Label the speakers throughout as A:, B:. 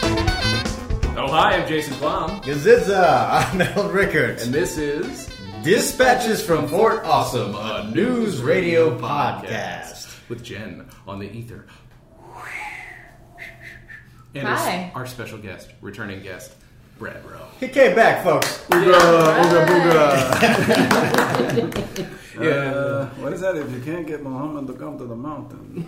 A: Oh, hi. I'm Jason Klom.
B: Gaziza, I'm Alan Rickards,
A: And this is.
B: Dispatches from Fort Awesome, a news radio podcast.
A: With Jen on the ether. And
C: Hi.
A: Our, our special guest, returning guest, Brad Rowe.
B: He came back, folks.
D: Yeah. Uh, What is that? If you can't get Muhammad to come to the mountain.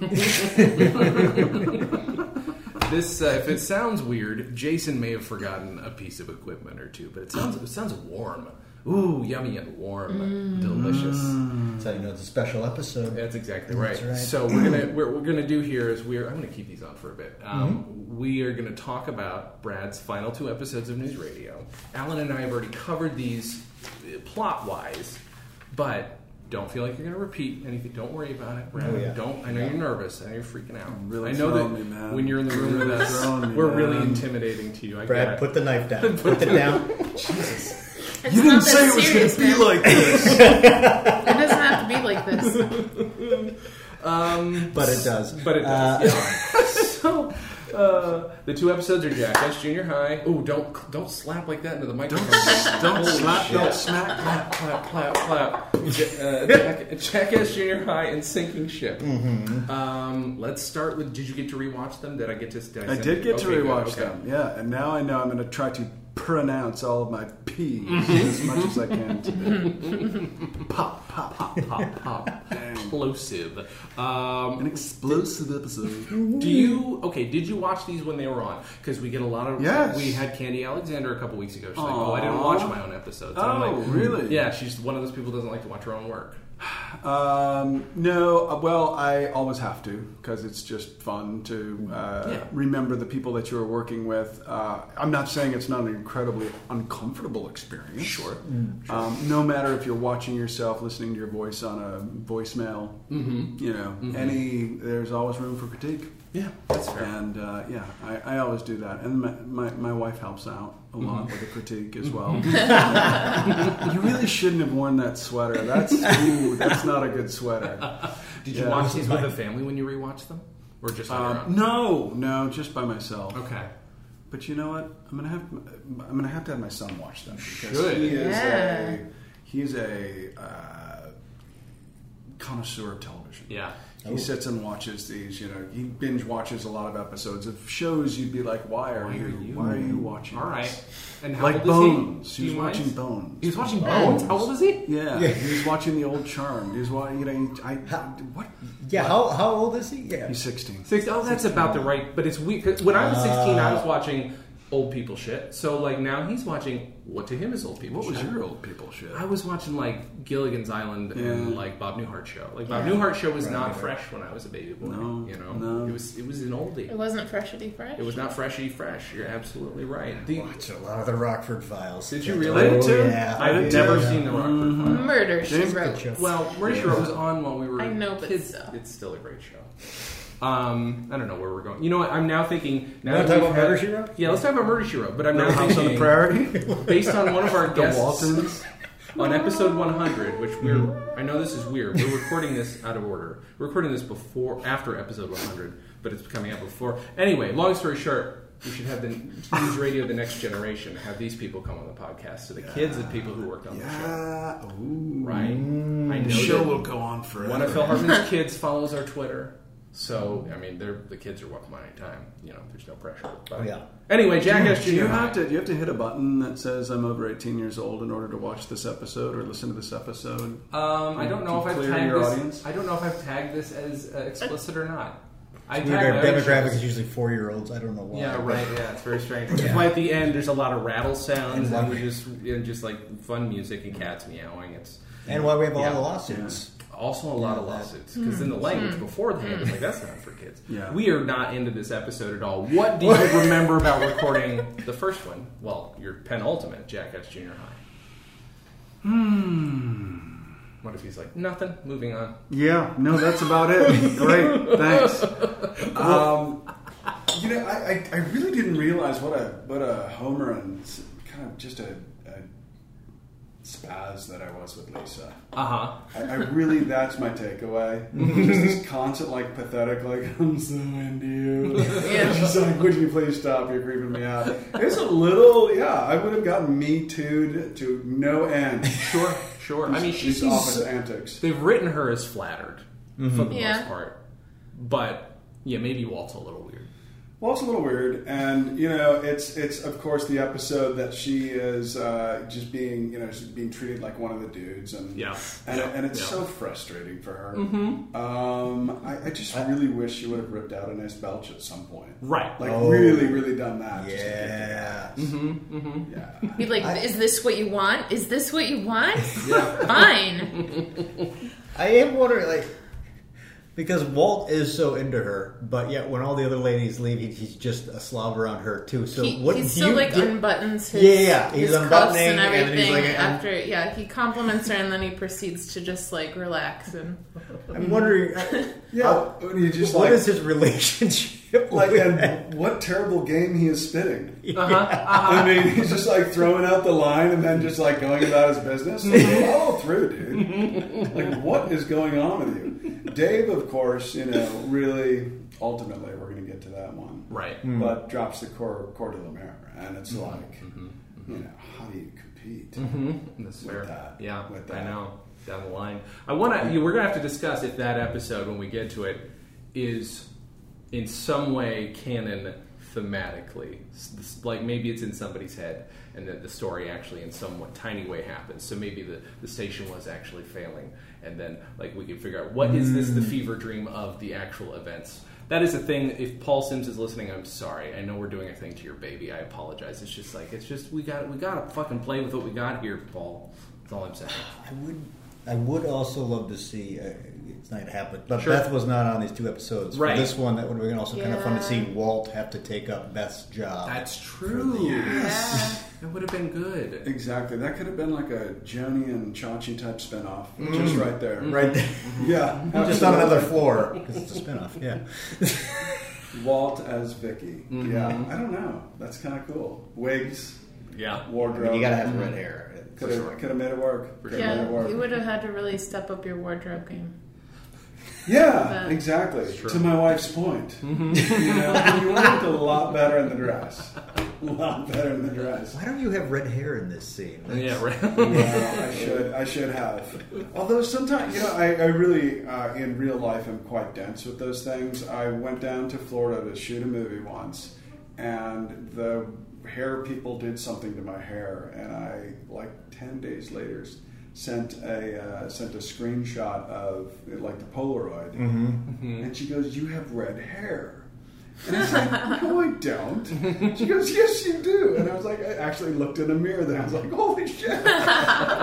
A: This, uh, if it sounds weird, Jason may have forgotten a piece of equipment or two, but it sounds it sounds warm. Ooh, yummy and warm, delicious.
B: That's how you know it's a special episode.
A: That's exactly right.
B: That's right.
A: So we're gonna we're, we're gonna do here is we're I'm gonna keep these on for a bit. Um,
B: Mm-hmm.
A: We are gonna talk about Brad's final two episodes of News Radio. Alan and I have already covered these plot wise, but don't feel like you're gonna repeat anything. Don't worry about it, Brad.
B: Oh, yeah.
A: Don't. I know you're nervous. I know you're freaking out.
D: really
A: I know that
D: throwing me, man.
A: when you're in the room with
D: Really
A: us,
D: throwing me,
A: we're really
D: man.
A: intimidating to you. I
B: Brad,
A: get it.
B: put the knife down. Put it down.
C: It's you didn't say it was going to be
D: like this.
C: It doesn't have to be like this.
B: But it does. Uh,
A: But it
D: Uh,
A: does. yeah. so uh, the two episodes are Jackass Junior High. Ooh, don't don't slap like that into the microphone.
D: Don't
A: Holy
D: slap,
A: shit.
D: don't smack,
A: Clap, clap, clap, clap. Ja- uh, Jack- Jackass Junior High and Sinking Ship.
D: Mm-hmm.
A: Um, let's start with. Did you get to rewatch them? Did I get to? Did
D: I
A: send
D: did
A: it?
D: get to
A: Okay, good,
D: rewatch
A: okay.
D: them. Yeah, and now I know I'm going to try to pronounce all of my P's as much as I can today.
A: Pop, pop, pop, pop, pop. Explosive. Um,
D: An explosive episode.
A: Do you okay? Did you watch these when they were on? Because we get a lot of.
D: Yes.
A: We had Candy Alexander a couple weeks ago. She's like, "Oh, I didn't watch my own episodes." And I'm
D: Oh,
A: like, "Hmm."
D: really?
A: Yeah, she's one of those people who doesn't like to watch her own work.
D: Um, no, uh, well, I always have to because it's just fun to uh,
A: Yeah.
D: remember the people that you are working with. Uh, I'm not saying it's not an incredibly uncomfortable experience.
A: Sure.
D: Um, no matter if you're watching yourself, listening to your voice on a voicemail,
A: Mm-hmm.
D: you know, any there's always room for critique.
A: Yeah, that's fair.
D: And uh, yeah, I, I always do that. And my, my, my wife helps out a lot
A: Mm-hmm.
D: with the critique as well. you really shouldn't have worn that sweater. That's ooh, that's not a good sweater.
A: Did you
D: Yeah.
A: watch these with a family when you rewatched them, or just on
D: Um, no, no, just by myself.
A: your own? Okay.
D: But you know what? I'm gonna have I'm gonna have to have my son watch them because
A: Should.
D: he is
C: Yeah.
D: a he's a uh, connoisseur of television.
A: Yeah.
D: He sits and watches these. You know, he binge watches a lot of episodes of shows. You'd be like, why are, you, Why are you watching?
A: All right.
D: this?
A: And how
D: Like
A: old
D: Bones.
A: is he? Do
D: He was
A: you mind?
D: watching Bones.
A: He was watching Bones. How old is he?
D: Yeah, he was watching The Old Charm. He was watching. You know, he- I, what?
B: yeah, how, how old is he? Yeah.
D: He's sixteen. Uh.
A: Six. Oh, that's about the right. But it's weird. 'cause When I was sixteen, I was watching old people shit. So like now he's watching what to him is old people.
D: What was
A: shit.
D: your old people shit?
A: I was watching like Gilligan's Island and
D: Yeah.
A: like Bob Newhart show. Like Bob Newhart show was not fresh when I was a baby boy.
D: No,
A: you know,
D: no.
A: it was it was an
C: It
A: oldie.
C: wasn't freshity fresh.
A: It was not freshy fresh. You're absolutely right. The-
B: Watch a lot of the Rockford Files.
A: Did you
B: Yeah.
A: really?
D: I did too.
B: Yeah.
A: I've
D: I did
A: never
D: too.
A: seen the Rockford Files.
C: Murder, she
D: James
C: wrote.
B: Kitchen.
A: Well, Marie Shore was on while we were.
C: I know, but
A: kids.
C: still.
A: It's still a great show. Um, I don't know where we're going. You know what? I'm now thinking. Now
B: Wanna
A: that
B: talk
A: we've
B: about
A: had-
B: Murder, She Wrote?
A: Yeah, let's talk about Murder She Wrote. But I'm now
D: House on the
A: thinking,
D: Prairie.
A: based on one of our
D: the
A: guests
D: Waltons.
A: on episode 100, which we're. I know this is weird. We're recording this out of order. We're recording this before, after episode 100, but it's coming out before. Anyway, long story short. We should have the news radio, the next generation, have these people come on the podcast. So the kids and people who worked on the show,
D: Yeah. Ooh.
A: right?
B: Mm,
A: I know
D: The show
A: that-
D: will go on forever.
A: one of Phil Hartman's kids follows our Twitter. So I mean, they're the kids are welcome at any time. You know, there's no pressure. But
B: Yeah.
A: Anyway, Jackass
D: Do you
A: Junior
D: have
A: High.
D: to you have to hit a button that says I'm over 18 years old in order to watch this episode or listen to this episode?
A: Um, I don't know if
D: To
A: I've
D: clear
A: tagged
D: your
A: this.
D: audience?
A: I don't know if I've tagged this as uh, explicit or not. I
B: Maybe Our
A: my other
B: demographic
A: shows.
B: is usually four year olds. I don't know why.
A: Yeah,
B: but-
A: right. Yeah, it's very strange. That's why at the end there's a lot of rattle sounds
B: And
A: and,
B: why-
A: we just and just like fun music and cats meowing. It's
B: And why we have all
A: Yeah.
B: the lawsuits.
A: also a lot of lawsuits because then the language beforehand is like that's not for kids.
D: Yeah.
A: We are not into this episode at all. What do you remember about recording the first one? Well, your penultimate, Jackass Junior High. Hmm. What if he's like nothing? Moving on.
D: Yeah, no, that's about it. Great, thanks. Um, you know, I, I, I really didn't realize what a what a homer and s- kind of just a, a spaz that I was with Lisa.
A: Uh huh.
D: I, I really, that's my takeaway. just this constant, like, pathetic, like, I'm so into you.
C: Yeah.
D: She's like, would you please stop? You're creeping me out. It's a little, yeah, I would have gotten me too to no end.
A: Sure. Sure. I mean,
D: These
A: she's
D: office antics.
A: They've written her as flattered
D: Mm-hmm.
A: for the
C: Yeah.
A: most part, but yeah, maybe Walt's a little weird.
D: Well, it's a little weird, and you know, it's it's of course the episode that she is uh, just being you know she's being treated like one of the dudes, and
A: Yeah.
D: and,
A: Yeah.
D: and it's
A: Yeah.
D: so frustrating for her.
E: Mm-hmm.
D: Um, I, I just really wish she would have ripped out a nice belch at some point,
A: Right.
D: Like
E: Oh.
D: really, really done that. just to get
E: Yeah.
D: to that. yeah.
C: Be like, is this what you want? Is this what you want?
D: Uh,
C: Fine.
E: I am wondering, like, because Walt is so into her, but yet when all the other ladies leave, he, he's just a slob around her too. So
C: He,
E: what
C: he
E: do
C: still
E: you
C: like
E: do?
C: unbuttons his
E: Yeah, yeah, he's
C: his cuffs
E: unbuttoning,
C: and
E: and then he's
C: everything
E: like, I'm-
C: after. Yeah, he compliments her and then he proceeds to just like relax and
E: I'm wondering,
D: Yeah, and you just
E: what
D: like,
E: is his relationship
D: like, um,
E: with
D: and what terrible game he is spitting.
A: Uh-huh. Uh-huh.
D: I mean, he's just like throwing out the line and then just like going about his business. Follow through, dude. Like, what is going on with you? Dave, of course, you know, really, ultimately, we're going to get to that one.
A: Right.
D: But drops the core, core de la Mer. And it's like, you know, how do you compete?
A: That's fair.
D: that.
A: Yeah,
D: With that.
A: I know. Down the line, I want to. We're gonna have to discuss if that episode, when we get to it, is in some way canon thematically. S- s- Like maybe it's in somebody's head, and that the story actually in some what, tiny way happens. So maybe the the station was actually failing, and then like we can figure out what is this the fever dream of the actual events. That is a thing. If Paul Sims is listening, I'm sorry. I know we're doing a thing to your baby. I apologize. It's just like it's just we got we got to fucking play with what we got here, Paul. That's all I'm saying.
E: I would, I would also love to see. Uh, it's not happened, but
A: Sure.
E: Beth was not on these two episodes.
A: Right.
E: For this one, that would have been also kind of fun to see
C: Yeah.
E: Walt have to take up Beth's job.
A: That's true.
C: yeah.
A: That would have been good.
D: Exactly. That could have been like a Joni and Chachi type spinoff. Just right there.
E: right there.
D: Yeah.
E: just on another floor because it's a spinoff. Yeah.
D: Walt as Vicky.
E: Mm-hmm.
D: Yeah. I don't know. That's kind of cool. Wigs,
A: Yeah.
D: wardrobe.
E: you gotta have red hair.
D: Could have, could have made it work. Could have made
C: yeah.
D: it work.
C: You would have had to really step up your wardrobe game.
D: Yeah,
C: But-
D: exactly.
A: Sure.
D: To my wife's point,
E: Mm-hmm.
D: you know, you looked a lot better in the dress. A lot better in the dress.
E: Why don't you have red hair in this scene?
A: Yeah. Right.
D: Well, I should, I should have. Although sometimes, you know, I, I really, uh, in real life, am quite dense with those things. I went down to Florida to shoot a movie once, and the hair people did something to my hair, and I, like ten days later, s- sent a uh, sent a screenshot of like the Polaroid,
A: Mm-hmm.
D: and she goes, "You have red hair." And I was like, no, I don't. She goes, yes, you do. And I was like, I actually looked in a mirror then. I was like, holy shit, I've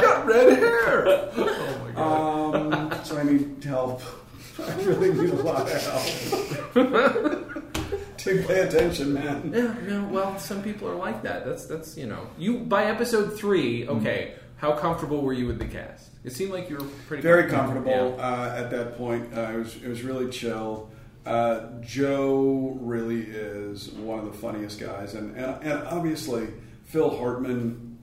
D: got red hair.
A: Oh my god.
D: Um, so I need help. I really need a lot of help. to pay attention, man.
A: yeah. No. Well, some people are like that. That's that's you know. You by episode three. Okay. How comfortable were you with the cast? It seemed like you were pretty
D: Very comfortable
A: Yeah.
D: uh, at that point. Uh, it, was, it was really chill. Uh, Joe really is one of the funniest guys. And, and, and obviously, Phil Hartman,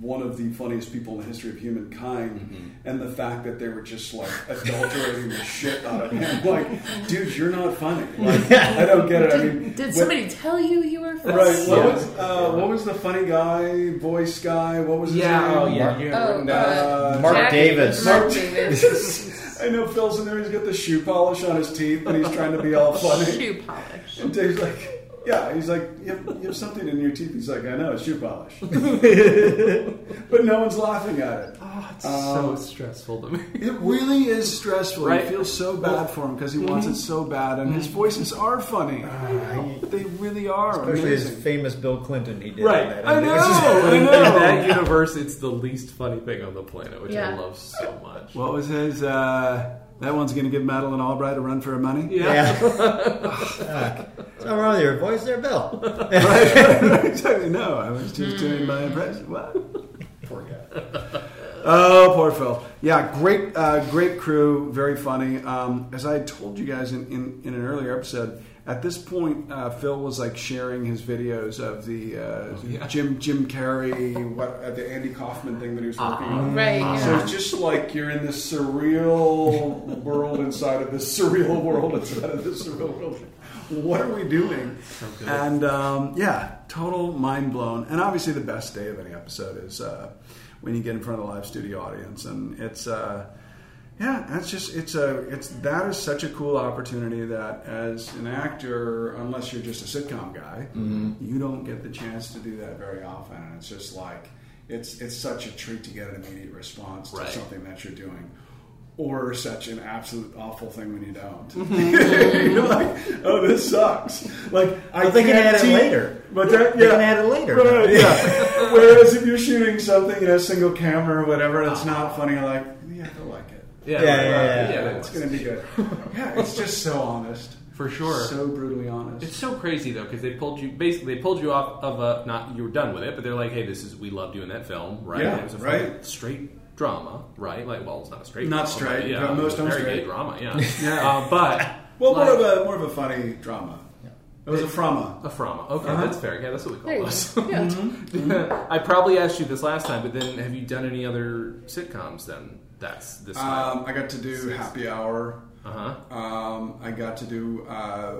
D: one of the funniest people in the history of humankind.
A: Mm-hmm.
D: And the fact that they were just like adulterating the shit out of him. Like, dude, you're not funny. Like, I don't get it. I mean,
C: Did, did
D: when-
C: somebody tell you you were first?
D: Right. What
A: Yeah.
D: was uh, what was the funny guy, voice guy? Uh, What was his
A: Yeah.
D: name?
A: Oh yeah. You had
C: Oh,
A: written down.
D: Uh,
E: Mark Davis.
C: Mark
D: Mark
C: Davis.
D: I know Phil's in there. He's got the shoe polish on his teeth, and he's trying to be all funny.
C: Shoe polish.
D: And Dave's like, Yeah, he's like, you have, you have something in your teeth. He's like, I know, it's shoe polish. but no one's laughing at it.
A: Oh, it's so stressful to me.
D: It really is stressful.
A: Right. Mm-hmm.
D: I feel so bad for him because he wants it so bad, and his voices are funny. they really are.
E: Especially his
D: amazing.
E: famous Bill Clinton he did.
A: Right.
E: on that.
D: I know. I
A: In that
D: know.
A: universe, it's the least funny thing on the planet, which I
C: Yeah.
A: love so much.
D: What was his? Uh, that one's going to give Madeline Albright a run for her money.
A: yeah.
E: Yeah. What's wrong with your voice there, Bill?
D: exactly. No, I was just
A: Hmm.
D: doing my impression. What?
E: Poor guy.
D: Oh, poor Phil. Yeah, great, uh, great crew. Very funny. Um, as I told you guys in, in, in an earlier episode, at this point, uh, Phil was like sharing his videos of the uh,
A: yeah.
D: Jim Jim Carrey, what uh, the Andy Kaufman thing that he was working on.
C: Right. yeah.
D: So it's just like you're in this surreal world inside of this surreal world inside of this surreal world. What are we doing? And um, yeah, total mind blown. And obviously, the best day of any episode is uh, when you get in front of the live studio audience, and it's. Uh, yeah, that's just it's a it's that is such a cool opportunity that as an actor, unless you're just a sitcom guy,
E: Mm-hmm.
D: you don't get the chance to do that very often. And it's just like it's it's such a treat to get an immediate response to
A: Right.
D: something that you're doing. Or such an absolute awful thing when you don't. You're like, oh, this sucks. Like I
E: But they can
D: can't
E: add it
D: te-
E: later.
D: But that,
E: They
D: yeah,
E: can add it later.
D: Right, yeah. Whereas if you're shooting something, you know, single camera or whatever, that's not funny. Like, yeah, they'll like it.
A: Yeah,
E: Yeah,
A: right,
E: yeah,
A: right.
E: yeah.
A: that
D: It's
A: was-
D: going to be good. Yeah, it's just so honest.
A: For sure.
D: So brutally honest.
A: It's so crazy though because they pulled you basically they pulled you off of a not you were done with it, but they're like, hey, this is we loved you in that film, right?
D: Yeah,
A: it was a
D: right.
A: fucking straight drama, right? Like, well, it's not a straight,
D: Not
A: drama,
D: straight,
A: but yeah,
D: but most
A: it was a
D: don't
A: very
D: straight.
A: gay drama, yeah,
D: Yeah.
A: Uh, but
D: well,
A: like,
D: more of a more of a funny drama. It was a frama.
A: a frama. Okay,
D: Uh-huh.
A: that's fair. Yeah, that's what we
C: There you
A: call
C: go.
A: us.
C: Yeah.
D: Mm-hmm.
A: I probably asked you this last time, but then have you done any other sitcoms? Then that's this time.
D: Um, I got to do happy hour.
A: Uh huh.
D: Um, I got to do uh,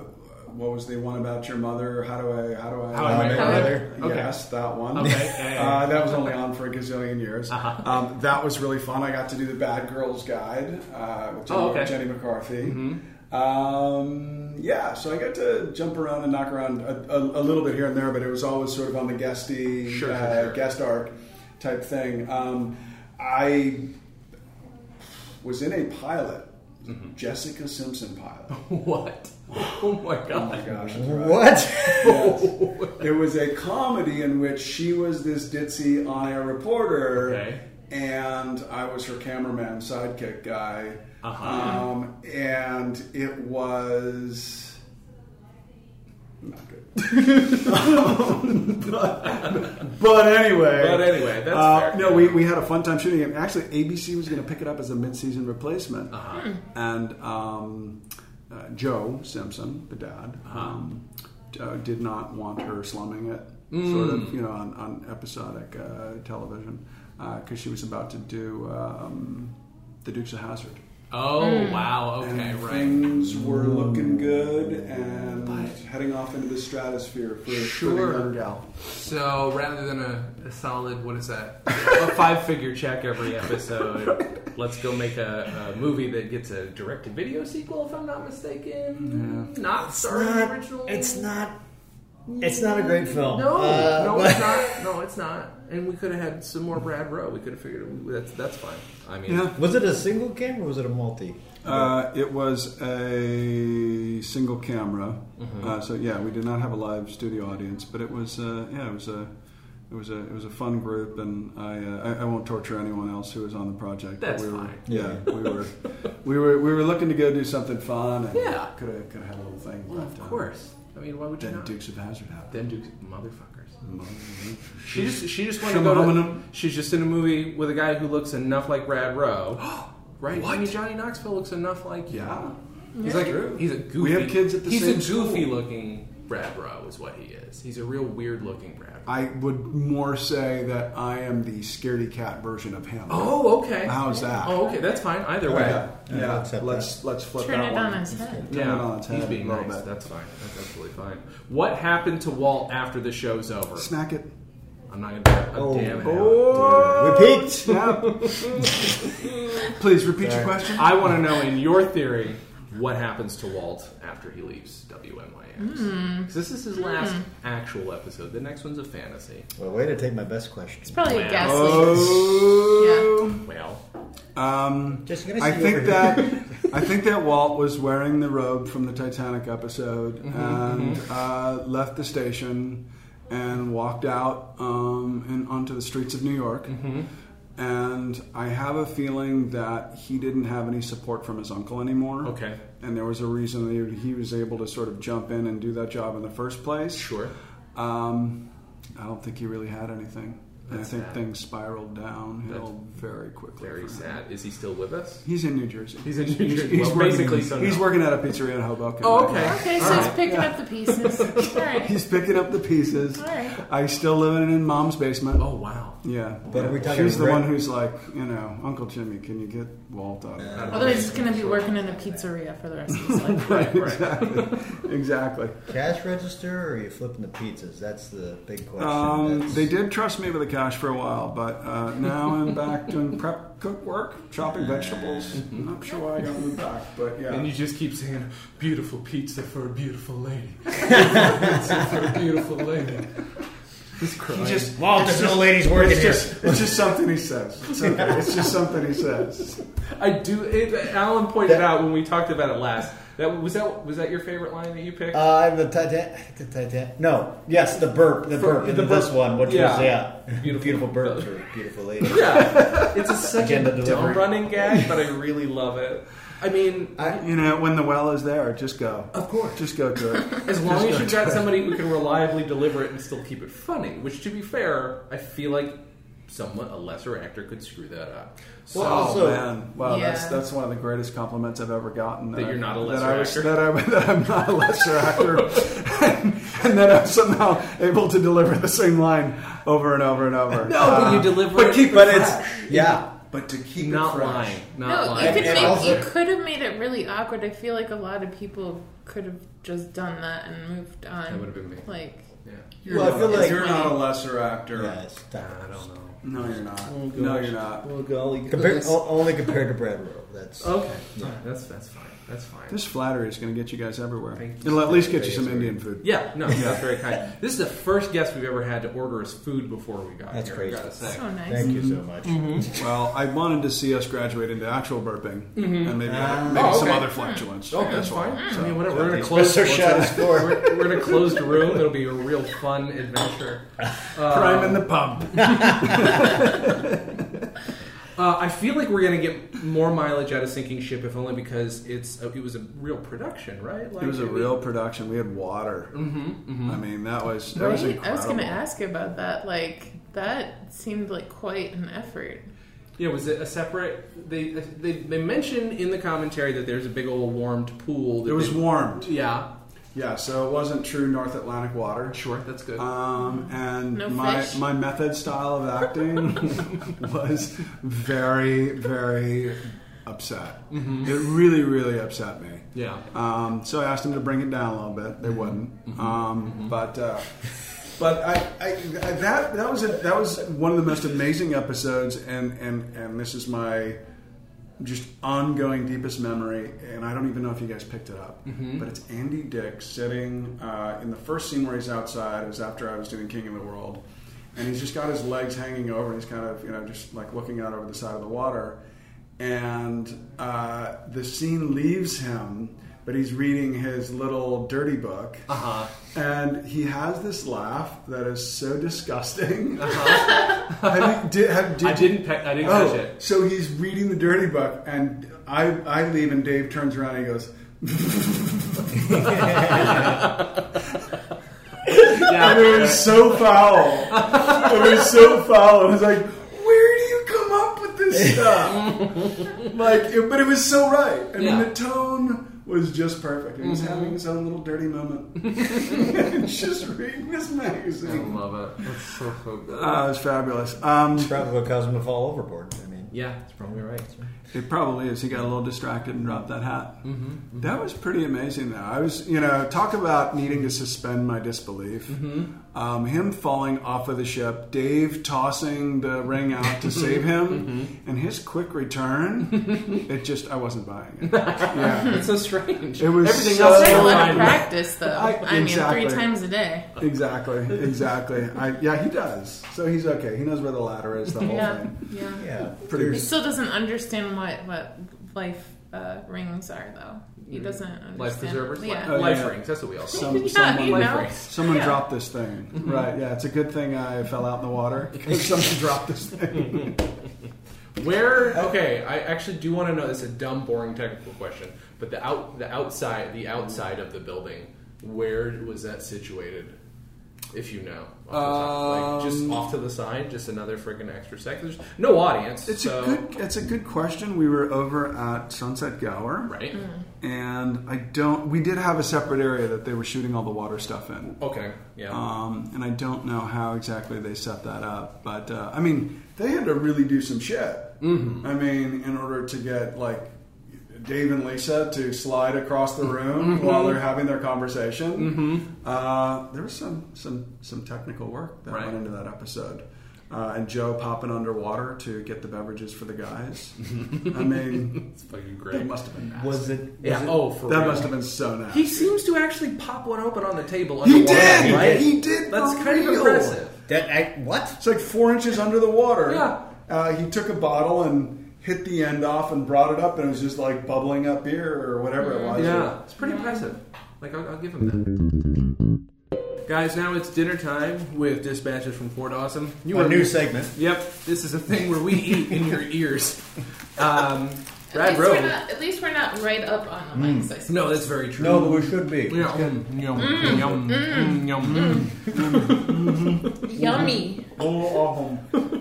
D: what was the one about your mother? How do I? How do I?
A: How I Met Your
C: Mother.
A: Okay.
D: Yes, that one.
A: Okay, yeah, yeah, Uh-huh.
D: Uh, that was only on for a gazillion years. Um, that was really fun. I got to do the Bad Girls Guide uh, with Jenny,
A: Oh, okay. Mm-hmm.
D: Jenny McCarthy. Um, yeah, so I got to jump around and knock around a, a, a little bit here and there, but it was always sort of on the guesty
A: Sure, sure,
D: uh,
A: sure.
D: guest arc type thing. Um, I was in a pilot,
A: Mm-hmm.
D: Jessica Simpson pilot.
A: What? Oh my god.
D: Oh my gosh. that's right.
E: What?
D: Yes. There was a comedy in which she was this ditzy on air reporter,
A: Okay.
D: and I was her cameraman sidekick guy.
A: Uh-huh.
D: Um, and it was not good. but, but anyway.
A: But anyway, that's
D: uh,
A: fair.
D: No, we, we had a fun time shooting it. Actually, ABC was going to pick it up as a mid-season replacement.
A: Uh-huh.
D: And um, uh, Joe Simpson, the dad,
A: Uh-huh.
D: um, uh, did not want her slumming it,
A: Hmm.
D: sort of, you know, on, on episodic uh, television, because she was about to do um, The Dukes of Hazard.
A: Oh
C: Mm.
A: wow. Okay,
D: And
A: right.
D: Things were looking good and heading off into the stratosphere for, for
A: Sure.
D: the young gal.
A: So rather than a, a solid, what is that? a five figure check every episode. Let's go make a, a movie that gets a direct to video sequel, if I'm not mistaken. Not sorry, original.
E: It's not. It's not a great film.
A: No,
E: Uh,
A: no,
E: but-
A: it's not. No, it's not. And we could have had some more Brad Rowe. We could have figured it, that's that's fine. I mean,
D: Yeah.
E: Was it a single cam or was it a multi?
D: Uh, it was a single camera,
A: Mm-hmm.
D: uh, so yeah, we did not have a live studio audience, but it was uh, yeah, it was a it was a it was a fun group, and I uh, I, I won't torture anyone else who was on the project. but
A: That's
D: we were,
A: fine.
D: Yeah, we were we were we were looking to go do something fun. And
A: Yeah.
D: could have could have had a little thing.
A: well,
D: but,
A: of
D: uh,
A: course. I mean, why would you
D: Then
A: not?
D: Dukes of Hazard happened. Mm-hmm.
A: Then Duke's motherfuckers. She just she just wanted to
D: Shum
A: go to,
D: hominum.
A: She's just in a movie with a guy who looks enough like Brad Rowe. right? I mean, Johnny Knoxville looks enough like
D: Yeah,
A: He's like he's a goofy.
D: We have kids at the
A: he's
D: same
A: a
D: school.
A: goofy looking Brad Rowe is what he is. He's a real weird looking Brad. Rowe.
D: I would more say that I am the scaredy cat version of him.
A: Oh, okay.
D: How's that?
A: Oh, okay. That's fine. Either way.
D: yeah,
E: Yeah,
D: yeah.
E: I'll accept
D: Let's let's flip
C: Turn
D: that
C: it
D: one.
C: on its head.
D: Turn it on its head
A: he's being
D: a little
A: nice.
D: bit.
A: That's fine. That's absolutely fine. What happened to Walt after the show's over?
D: Smack it.
A: I'm not gonna. Oh, damn it.
D: Oh,
E: We peaked.
D: snap. Please repeat your question.
A: I want to know in your theory what happens to Walt after he leaves WNYX.
D: Hmm.
A: Because this is his last actual episode. The next one's a fantasy.
E: Well, way to take my best question.
C: It's probably
A: Wow.
C: a ghastly.
D: Oh.
A: Well,
D: Um,
E: Just gonna
D: I
E: see
D: think
E: over
D: that I think that Walt was wearing the robe from the Titanic episode and Uh, left the station and walked out um, and onto the streets of New York. And I have a feeling that he didn't have any support from his uncle anymore.
A: Okay.
D: And there was a reason that he was able to sort of jump in and do that job in the first place.
A: sure.
D: Um, I don't think he really had anything. And I
A: That's
D: think
A: sad.
D: things spiraled downhill very quickly. for
A: Very
D: him.
A: sad. Is he still with us?
D: He's in New Jersey. He's
A: in New Jersey. Well,
D: working,
A: basically, so
D: he's
A: no.
D: working at a pizzeria in Hoboken.
A: Oh,
D: right now.
A: okay.
C: Okay, so
A: All
C: it's
A: right.
C: picking up the pieces. All right.
D: He's picking up the pieces.
C: All right.
D: I still living in mom's basement.
A: Oh wow.
D: Yeah.
E: But are we talking
D: She's the
E: rent?
D: one who's like, you know, Uncle Jimmy, can you get Walt out of
A: I don't know.
C: Otherwise, he's going to be working in a pizzeria for the rest of his life.
A: Right, right.
D: Exactly. exactly.
E: Cash register, or are you flipping the pizzas? That's the big question.
A: uh,
D: Um,
E: That's-
D: they did trust me with the cash for a while, but uh, now I'm back doing prep cook work, chopping vegetables. I'm not sure why I got moved back, but yeah.
A: Mm-hmm. And you just keep saying, "Beautiful pizza for a beautiful lady." pizza for a beautiful lady. He's crying.
D: He just
E: Walt, there's no ladies working
D: it's
E: here.
D: just it's just something he says. It's, okay. it's just something he says.
A: I do. It, Alan pointed out when we talked about it last. That was that was that your favorite line that you picked?
E: Uh, the Titanic. The Titanic. No. Yes, the burp. The
A: For-
E: burp. in
A: the
E: this
A: burp.
E: one, which
A: Yeah.
E: was yeah,
A: Beautiful.
E: burp for beautiful lady.
A: yeah, it's a such a
E: Agenda
A: dumb
E: delivery.
A: running gag, but I really love it. I mean,
D: You know, when the well is there, just go.
A: Of course.
D: just go to it.
A: as long as you've got somebody who can reliably deliver it and still keep it funny, which, to be fair, I feel like somewhat a lesser actor could screw that up. So,
D: Wow,
E: also-
D: Oh, man, wow, that's
C: Yeah.
D: that's one of the greatest compliments I've ever gotten.
A: That you're not a
D: that
A: lesser
D: I was,
A: actor?
D: That, I, that I'm not a lesser actor, and, and that I'm somehow able to deliver the same line over and over and over. Uh,
A: no, but you deliver
D: but
A: it.
D: keep
E: But
D: it
E: it's yeah.
D: but to keep
A: not
D: it fresh.
A: lying, not
C: No,
A: lying.
C: you could
E: And
C: make
E: also-
C: you could have made it really awkward. I feel like a lot of people could have just done that and moved on.
A: That would have been me.
C: Like,
A: yeah.
D: You're
E: Well, I
D: not-
E: feel like-
D: you're not a lesser actor.
E: Yeah, it's tough.
A: I don't know.
D: No, you're not. no, you're not.
A: Well, golly,
E: Compared, o- only compared to Brad Rowe. That's
A: Okay, All right, that's that's fine. That's fine.
D: This flattery is going to get you guys everywhere.
A: Thank you.
D: It'll at least get you some Indian food.
A: Yeah, no, that's very kind. This is the first guest we've ever had to order us food before we got
E: That's
A: here.
E: crazy.
A: I gotta say.
C: so nice.
E: thank you so much.
D: Well, I wanted to see us graduate into actual burping and maybe, maybe
A: Mm-hmm. Oh,
D: some
A: okay.
D: other flatulence.
A: Oh, that's fine. I mean, whatever. We're in a closed,
E: Espresso shot is for
A: we're, we're in a closed room. It'll be a real fun adventure.
D: Crime
A: Um,
D: in the pub.
A: Uh, I feel like we're gonna get more mileage out of Sinking Ship, if only because it's a, it was a real production, right? Like,
D: It was a
A: I mean,
D: real production. We had water. Mm-hmm, I mean, that was that was
C: Right? I
D: incredible.
C: was going to ask about that. Like, that seemed like quite an effort.
A: Yeah, was it a separate? They they they mention in the commentary that there's a big old warmed pool. That
D: It was
A: they-
D: warmed.
A: Yeah,
D: Yeah, so it wasn't true North Atlantic water.
A: sure, that's good.
D: Um, and
C: No
D: my,
C: fish.
D: my method style of acting was very, very upset. It really, really upset me.
A: yeah.
D: Um, so I asked them to bring it down a little bit. They wouldn't. Um, But uh, but I, I, I that that was a, that was one of the most amazing episodes, and and and this is my just ongoing deepest memory. And I don't even know if you guys picked it up, but it's Andy Dick sitting uh, in the first scene where he's outside. It was after I was doing King of the World, and he's just got his legs hanging over, and he's kind of you know just like looking out over the side of the water and uh, the scene leaves him, but he's reading his little dirty book.
A: Uh-huh.
D: And he has this laugh that is so disgusting. I did, have, did
A: Uh-huh. I didn't pe- I didn't
D: oh,
A: catch it.
D: So he's reading the dirty book, and I, I leave, and Dave turns around and he goes,
A: Yeah,
D: and it was so foul. It was so foul. I was like, where do you come up with this stuff? like, it, but it was so right. I mean,
A: Yeah. Mm-hmm.
D: the tone was just perfect. He was having his own little dirty moment. it's just reading was
A: I
D: amazing.
A: love it. That's so so good.
D: Ah, it Oh, was fabulous. Um,
E: Probably what caused him to fall overboard. I mean,
A: yeah, that's probably right.
D: It probably is. He got a little distracted and dropped that hat. That was pretty amazing, though. I was, you know, talk about needing to suspend my disbelief. Um, him falling off of the ship, Dave tossing the ring out to save him, and his quick return. it just, I wasn't buying it. yeah,
A: It's so strange.
D: It was
A: Everything
D: so-
A: else
C: It's
A: is
C: a
D: Oh,
C: lot
D: I
A: fine.
C: of practice, though.
D: I-
C: I, mean,
D: exactly.
C: three times a day.
D: exactly, exactly. I, yeah, he does. So he's okay. He knows where the ladder is. The whole
C: Yeah,
D: thing.
C: yeah.
E: Yeah.
C: He
D: Pretty.
C: still doesn't understand what what life uh, rings are, though. He doesn't understand.
A: Mm. Life preservers,
C: Yeah.
A: life, life
D: yeah.
A: rings. That's what we all call.
D: Some,
C: yeah,
D: someone
C: you
A: life
C: know.
A: rings.
D: Someone
C: Yeah.
D: dropped this thing. Right, yeah, it's a good thing I fell out in the water because someone dropped this thing.
A: Where? Okay, I actually do want to know. This is a dumb, boring technical question, but the out, the outside, the outside of the building, where was that situated? If you know, off the top, like just
D: Um,
A: off to the side, just another freaking extra sec. There's no audience.
D: It's
A: so,
D: a good it's a good question. We were over at Sunset Gower.
A: right?
D: And I don't we did have a separate area that they were shooting all the water stuff in.
A: Okay, yeah.
D: Um, and I don't know how exactly they set that up, but uh, I mean, they had to really do some shit. Mm-hmm. I mean, in order to get like Dave and Lisa to slide across the room while they're having their conversation, uh, there was some some some technical work that
A: Right.
D: went into that episode. Uh, and Joe popping underwater to get the beverages for the guys. I mean,
A: it's fucking
D: that
A: great.
D: must have been nice.
E: Was it? Was
A: yeah.
E: It,
A: Oh, for
D: That
A: real.
D: must have been so nice.
A: He seems to actually pop one open on the table.
D: He
A: underwater,
D: did.
A: Right?
D: He did.
A: That's
D: for
A: kind of
D: real.
A: impressive.
E: That act, what?
D: It's like four inches under the water.
A: Yeah.
D: Uh, he took a bottle and hit the end off and brought it up, and it was just like bubbling up beer or whatever it was.
A: Mm-hmm. Yeah, it's pretty impressive. Like, I'll, I'll give him that. Guys, now it's dinner time with dispatches from Fort Awesome. You
E: A
A: are-
E: new segment.
A: Yep, this is a thing where we eat in your ears. Um, Brad
C: at, least we're
A: Rowe.
C: not, at least we're not right up on the mics. I suppose.
A: No, that's very true.
E: No, but we should be.
A: Yeah, mm, yum, yum, mm, yum, mm.
C: Yummy.
D: Oh, awesome.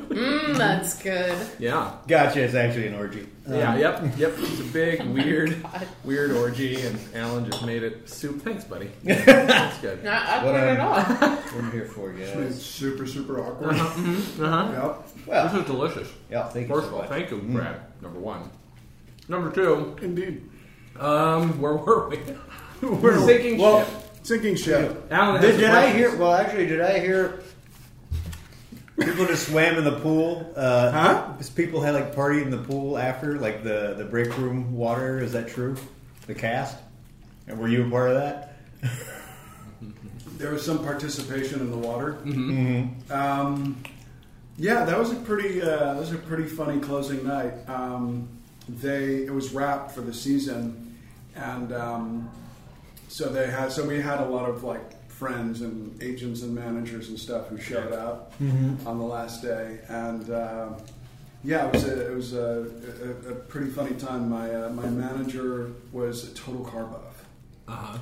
C: Mm, that's good.
A: Yeah,
E: uh-huh. Gotcha. It's actually an orgy. Uh,
A: yeah, yep, yep. It's a big, weird, weird orgy, and Alan just made it soup. Thanks, buddy. That's good.
C: Not awkward
E: What a-
C: at all.
E: We're here for you.
D: It's
E: guys.
D: super, super awkward.
A: Uh-huh.
D: Yep.
A: This
E: Well,
A: is delicious.
E: yeah. Thank you
A: First of
E: so
A: all,
E: much.
A: thank you, Brad. Number one. Number two,
D: Indeed.
A: um, where were we? We're thinking
E: Well,
A: ship.
D: Sinking ship.
A: Alan, has
E: Did,
A: a
E: did I
A: question.
E: hear? Well, actually, did I hear? People just swam in the pool. Uh,
D: Huh?
E: Because people had like party in the pool after, like the the break room water. Is that true? The cast. And were you a part of that?
D: There was some participation in the water. Um, yeah, that was a pretty uh, that was a pretty funny closing night. Um, they it was wrapped for the season, and um, so they had so we had a lot of like friends and agents and managers and stuff who showed up on the last day, and uh, yeah, it was a, it was a, a, a pretty funny time. My uh, my manager was a total car buff.
A: Uh-huh.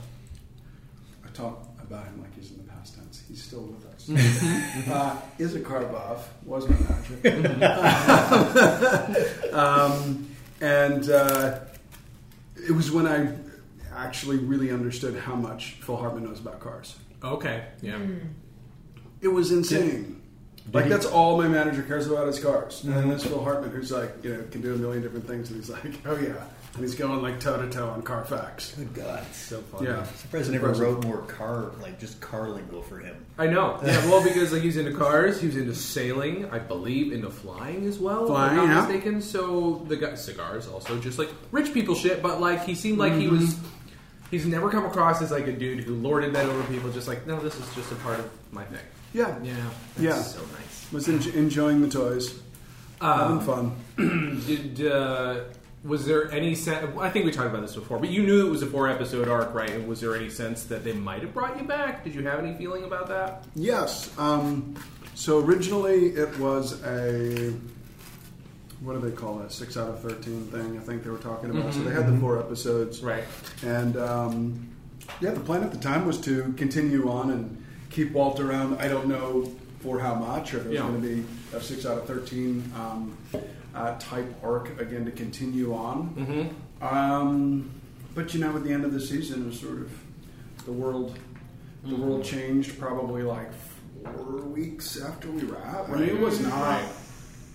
D: I talk about him like he's in the past tense. He's still with us. uh, is a Karbov, was my magic. um, and uh, it was when I actually really understood how much Phil Hartman knows about cars.
A: Okay, yeah.
D: Hmm. It was insane. like
E: he-
D: that's all my manager cares about is cars, and this Phil Hartman, who's like you know can do a million different things, and he's like, oh yeah, and he's going like toe to toe on Carfax.
E: Good God, so fun.
D: Yeah.
E: surprised I never
D: Impressive.
E: wrote more car, like just car lingo for him.
A: I know. Yeah, well, because like he's into cars, he was into sailing, I believe, into flying as well,
D: Flying,
A: if I'm
D: yeah.
A: not mistaken. So the guy cigars also just like rich people shit, but like he seemed like he was.
D: Mm-hmm.
A: He's never come across as like a dude who lorded that over people. Just like no, this is just a part of my thing.
D: Yeah,
A: Yeah, that's
D: Yeah.
A: so nice.
D: was en- enjoying the toys, having fun.
A: Did uh, was there any sense? I think we talked about this before, but you knew it was a four episode arc, right? And was there any sense that they might have brought you back? Did you have any feeling about that?
D: Yes. Um, so originally it was a what do they call it? Six out of thirteen thing. I think they were talking about. So they had the four episodes,
A: Mm-hmm. Right.
D: And um, yeah, the plan at the time was to continue on and keep Walt around. I don't know for how much, or if it was
A: Yeah.
D: going to be a six out of thirteen um, uh, type arc again to continue on.
A: Mm-hmm. Hmm?
D: Um, but you know, at the end of the season, it was sort of the world. The world changed probably like four weeks after we wrapped. I mean, it was not.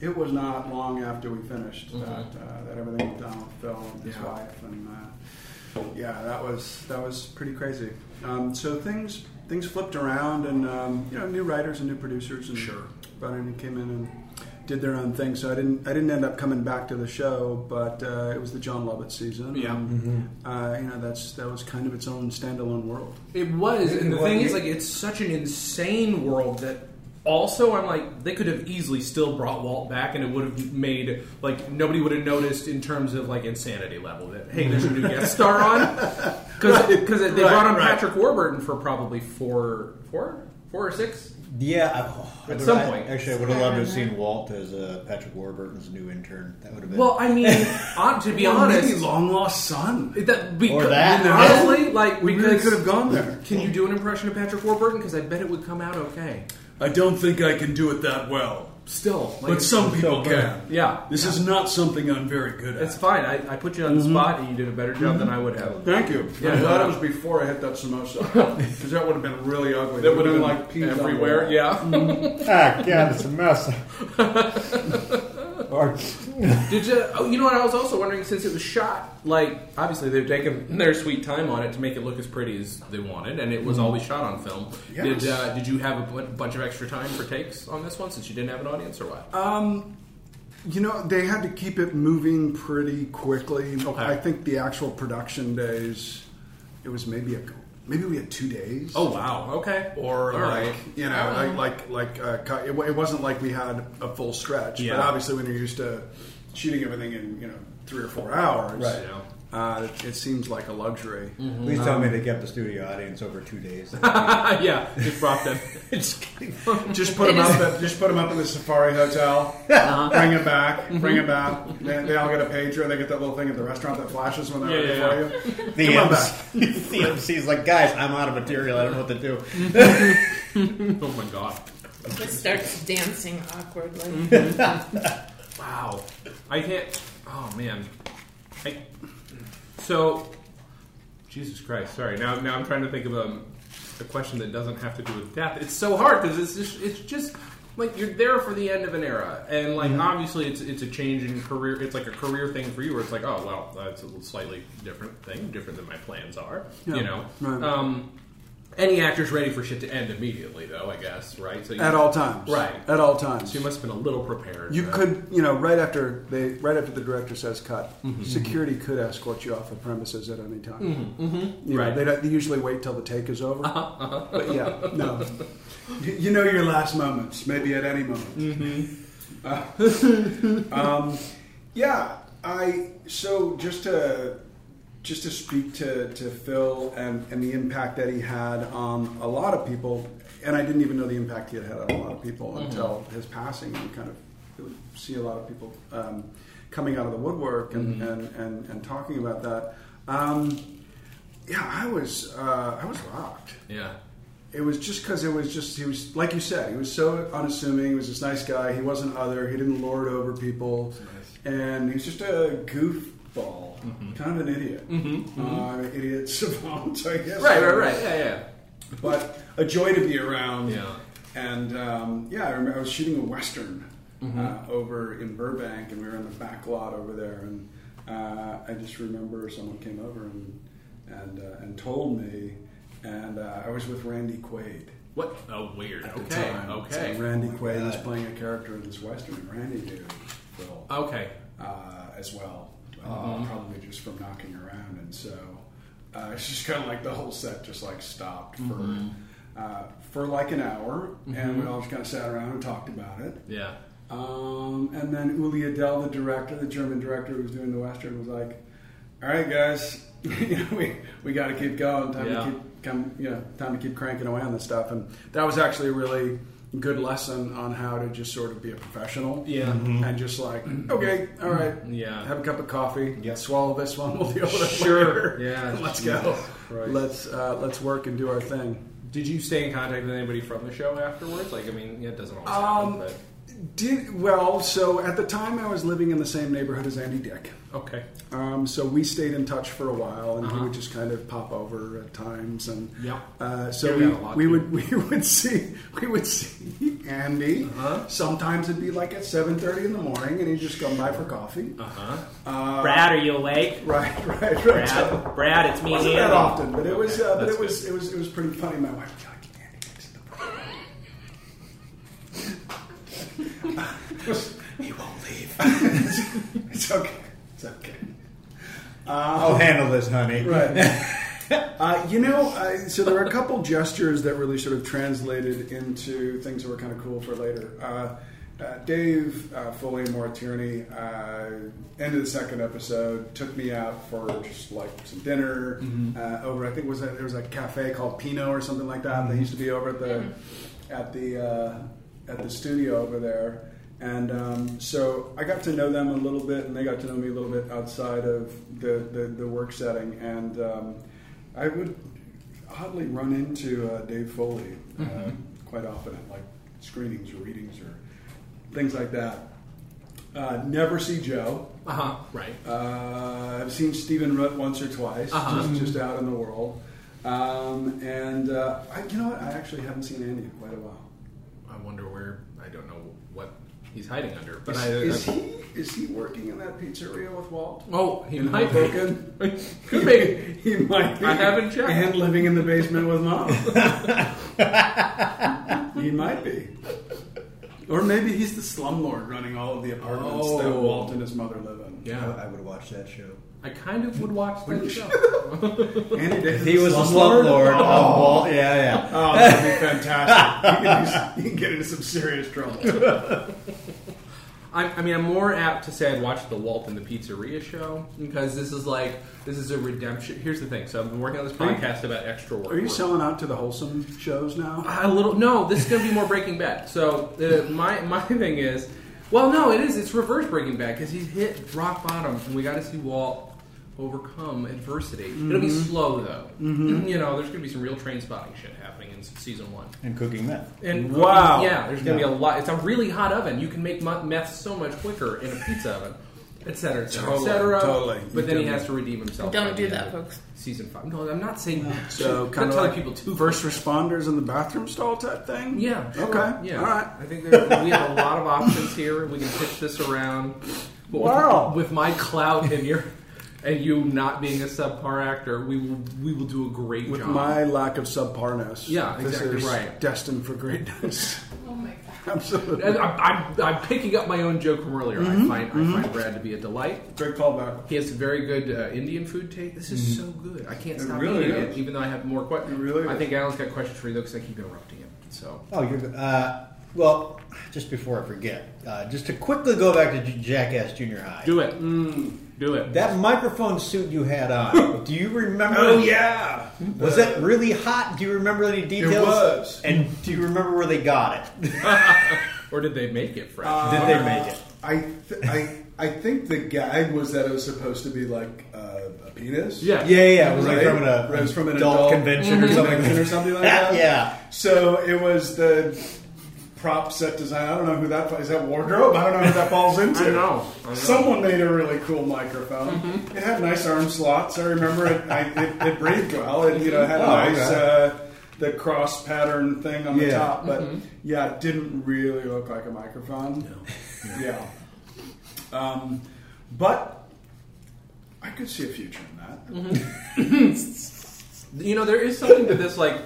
D: it was not long after we finished that uh, that everything with Donald Phil and his
A: Yeah.
D: wife and uh, yeah, that was that was pretty crazy. Um, so things things flipped around, and um, you know, new writers and new producers and
A: Sure.
D: Brennan came in and did their own thing. So I didn't I didn't end up coming back to the show, but uh, it was the John Lovett season.
A: Yeah.
D: and, uh, you know that's that was kind of its own standalone world.
A: It was, and the
E: Well,
A: thing is,
E: you-
A: like, it's such an insane world that. Also, I'm like they could have easily still brought Walt back, and it would have made like nobody would have noticed in terms of like insanity level that hey, there's a new guest star on because they brought on Patrick Warburton for probably four, four, four or six.
E: Yeah, I, oh, I
A: At
E: would-
A: some
E: I-
A: point.
E: actually, I would have loved to have seen Walt as uh, Patrick Warburton's new intern. That would have been
A: Well, I mean, uh, to be honest,
D: long lost son.
A: it- that, because,
E: Or that.
A: honestly, like
D: We
A: because
D: really could have gone there.
A: Can you do an impression of Patrick Warburton? Because I bet it would come out okay.
D: I don't think I can do it that well,
A: Still, like, it's-
D: people can.
A: yeah,
D: is not something I'm very good
A: It's fine. I, I put you on the spot, and you did a better job than I would have.
D: Thank you.
A: Yeah.
D: I'm glad it was before I hit that samosa because that would have been really ugly. There
A: would've
D: would've peas on the wall.
A: Yeah.
E: ah, God, it's a mess. or
A: Did you? Oh, you know what? I was also wondering since it was shot like obviously they've taken their sweet time on it to make it look as pretty as they wanted, and it was always shot on film.
D: Yes.
A: Did uh, Did you have a bu- bunch of extra time for takes on this one since you didn't have an audience or what?
D: You know, they had to keep it moving pretty quickly. I think the actual production days, it was maybe a maybe we had two days.
A: oh wow. Okay.
D: Or
A: All
D: like
A: right. Uh-huh.
D: you know, like like like uh, cut- it, wa- it wasn't like we had a full stretch.
A: Yeah.
D: But obviously, when you're used to shooting everything in you know three or four hours,
E: Right.
D: uh, it, it seems like a luxury.
A: Mm-hmm.
E: please tell me they kept the studio audience over two days.
A: yeah. Just brought them.
D: Just put them up. At, just put 'em up in the Safari Hotel. Bring it back. Bring it back. They, they all get a pager. They get that little thing at the restaurant that flashes when they're
A: Yeah,
D: ready
A: yeah,
D: for you.
E: The,
D: Come on
E: MC, the MC's like, guys, I'm out of material. I don't know what to do.
A: oh my god.
C: Just starts dancing awkwardly.
A: Wow. I can't. Oh man. I, so, Jesus Christ. Sorry. Now, now I'm trying to think of a, a question that doesn't have to do with death. It's so hard because it's just, it's just like you're there for the end of an era, and like obviously it's it's a change in career. It's like a career thing for you, where it's like, oh well, that's a slightly different thing, different than my plans are.
D: Yeah.
A: You know.
D: Right.
A: Um, any actor's ready for shit to end immediately, though. I guess right. So you,
D: At all times.
A: Right.
D: At all times.
A: So you must have been a little prepared.
D: You
A: uh,
D: could, you know, right after they, right after the director says cut, security could escort you off the premises at any time. You know,
A: Right.
D: they, don't, they usually wait till the take is over. But yeah, no, You- Uh-huh. you know your last moments, maybe at any moment. Uh, um, yeah, I. So just to just to speak to, to Phil and, and the impact that he had on a lot of people, and I didn't even know the impact he had had on a lot of people until his passing, and kind of really see a lot of people um, coming out of the woodwork and, and, and, and talking about that. Um, yeah, I was uh, I was rocked.
A: Yeah.
D: It was just because it was just he was like you said he was so unassuming. He was this nice guy. He wasn't other. He didn't lord over people, and he was just a goofball, kind of an idiot, Uh, idiot savant, I guess.
A: Right, right, right. Yeah, yeah.
D: But a joy to be around.
A: Yeah.
D: And um, yeah, I remember I was shooting a western uh, over in Burbank, and we were in the back lot over there, and uh, I just remember someone came over and and uh, and told me, and uh, I was with Randy Quaid.
A: What? Oh, weird.
D: At the
A: Okay.
D: time.
A: Okay.
D: So Randy
E: my
D: Quaid was
E: God.
D: playing a character in this western, and Randy knew Phil
A: Okay.
D: uh, as well, uh,
A: Mm-hmm.
D: probably just from knocking around. And so uh, it's just kind of like the whole set just like stopped for
A: Mm-hmm.
D: uh, for like an hour, and we all just kind of sat around and talked about it.
A: Yeah.
D: Um, and then Uli Adel, the director, the German director who was doing the western, was like, "All right, guys, you know, we we got to keep going. Time
A: Yeah.
D: to keep come, you know, time to keep cranking away on this stuff." And that was actually a really good lesson on how to just sort of be a professional.
A: Yeah.
D: and just like, okay, all right,
A: Yeah.
D: have a cup of coffee,
E: Yeah.
D: swallow this one, we'll deal with it
A: Sure.
D: later.
A: Yeah.
D: let's go.
A: Christ.
D: Let's uh, let's work and do our thing.
A: Did you stay in contact with anybody from the show afterwards? Like, I mean, yeah, it doesn't always
D: Um,
A: happen,
D: Did well. So at the time, I was living in the same neighborhood as Andy Dick.
A: but okay.
D: Um, so we stayed in touch for a while, and
A: Uh-huh.
D: he would just kind of pop over at times, and
A: Yeah.
D: uh, so
A: You
D: we,
A: got a lot
D: we
A: to
D: would we would see we would see Andy.
A: Uh-huh.
D: Sometimes it'd be like at seven thirty in the morning, and he'd just come by for coffee.
A: Uh-huh.
F: Brad, are you awake?
D: Right, right, right. So,
F: Brad, Brad, it's me.
D: wasn't
F: Andy.
D: that often, but it was, uh, but
A: that's
D: it was, it was, it was pretty funny. My wife was like, Andy, that's the problem." he won't leave. it's, it's okay. It's okay.
E: I'll handle this, honey.
D: Right. Uh, you know, I, so there are a couple gestures that really sort of translated into things that were kind of cool for later. Uh, uh, Dave uh, Foley Moore Tierney, uh, end of the second episode, took me out for just like some dinner uh, over. I think it was a, there was a cafe called Pino or something like that. They used to be over at the at the uh, at the studio over there. And um, so I got to know them a little bit, and they got to know me a little bit outside of the, the, the work setting. And um, I would oddly run into uh, Dave Foley uh,
A: Mm-hmm.
D: quite often at like screenings or readings or things like that. Uh, never see Joe.
F: Uh huh.
A: Uh-huh.
F: Right.
D: Uh, I've seen Stephen Rutt once or twice,
F: Uh-huh.
A: Mm-hmm.
D: just, just out in the world. Um, and uh, I, you know what? I actually haven't seen Andy in quite a while.
A: I wonder where. I don't know what he's hiding under. But
D: Is,
A: I,
D: is
A: I-
D: he is he working in that pizzeria with Walt?
A: Oh, he
D: In
A: might
D: Hoboken?
A: be. Could be.
D: He might be.
A: I haven't checked.
D: And living in the basement with mom. he might be. Or maybe he's the slumlord running all of the apartments that
A: Oh.
D: Walt and his mother live in.
E: I,
A: Yeah,
E: I would watch that show.
A: I kind of would watch that show.
D: Andy Davis
E: He was a
D: slumlord?
E: slumlord. Oh, Walt. Yeah, yeah.
D: Oh, that'd be fantastic. you, can, you can get into some serious trouble.
A: I, I mean, I'm more apt to say I'd watch the Walt and the Pizzeria show because this is like this is a redemption. Here's the thing. So I've been working on this
D: Are you-
A: podcast about extra work.
D: Are you
A: work.
D: selling out to the wholesome shows now?
A: A little. No, this is going to be more Breaking Bad. So uh, my my thing is, well, no, it is. It's reverse Breaking Bad because he's hit rock bottom, and we got to see Walt overcome adversity. It'll be
D: Mm-hmm.
A: slow though. You know, there's going to be some real train spotting shit happening in season one.
E: And cooking meth.
A: And
D: Wow.
A: yeah, there's gonna be a lot. It's a really hot oven. You can make mu- meth so much quicker in a pizza oven, et cetera, et cetera,
D: Totally,
A: et cetera.
D: totally.
A: But
D: You
A: then he
D: can-
A: has to redeem himself. by
C: Don't do
A: the
C: that,
A: end of
C: folks.
A: Season five. No, I'm not saying.
D: So
A: Not
D: kind of
A: telling
D: like
A: people too.
D: first responders in the bathroom stall type thing.
A: Yeah. sure,
D: Okay.
A: Yeah.
D: All right.
A: I think there, we have a lot of options here. We can pitch this around. But with-
D: Wow.
A: With, my clout and your and you not being a subpar actor, we will we will do a great
D: With
A: job.
D: my lack of subparness,
A: Yeah, exactly
D: this is
A: right.
D: destined for greatness.
C: Oh my god.
D: Absolutely.
A: And uh, I'm, I'm, I'm picking up my own joke from earlier.
D: Mm-hmm.
A: I find I find Brad to be a delight.
D: Great callback.
A: He has a very good uh, Indian food taste. This is so good. I can't
D: It
A: stop
D: really
A: eating
D: is.
A: it, even though I have more questions.
D: It really
A: I
D: is.
A: think Alan's got questions for you, though, because I keep interrupting him. So
E: Oh, you're good. Uh, well, just before I forget, uh, just to quickly go back to J- Jackass Junior High.
A: do it, do it.
E: That microphone suit you had on, do you remember?
A: Oh,
D: Oh, yeah,
E: Was that really hot? Do you remember any details?
D: was.
E: And do you remember where they got it? Uh, Did
A: Or did they make it fresh?
E: they make it?
D: I, th- I, I think the gag was that it was supposed to be like uh, a penis.
A: yeah,
E: Yeah, yeah. It was like
D: Right?
E: from, an-
D: It was from an
E: adult,
D: adult
E: convention or
D: convention
E: something.
D: or something like that.
E: Yeah.
D: So it was the prop set design. I don't know who that is. That wardrobe. I don't know who that falls into.
A: I know. I know.
D: Someone made a really cool microphone.
C: Mm-hmm.
D: It had nice arm slots. I remember it. I, it, it breathed well. It you know had a
E: Oh,
D: nice
E: okay.
D: uh, the cross pattern thing on the
E: Yeah.
D: top, but
C: Mm-hmm.
D: yeah, it didn't really look like a microphone. Yeah. Um, but I could see a future in that.
C: Mm-hmm.
A: You know, there is something to this. Like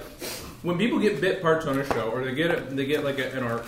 A: when people get bit parts on a show, or they get a, they get like a, an arc.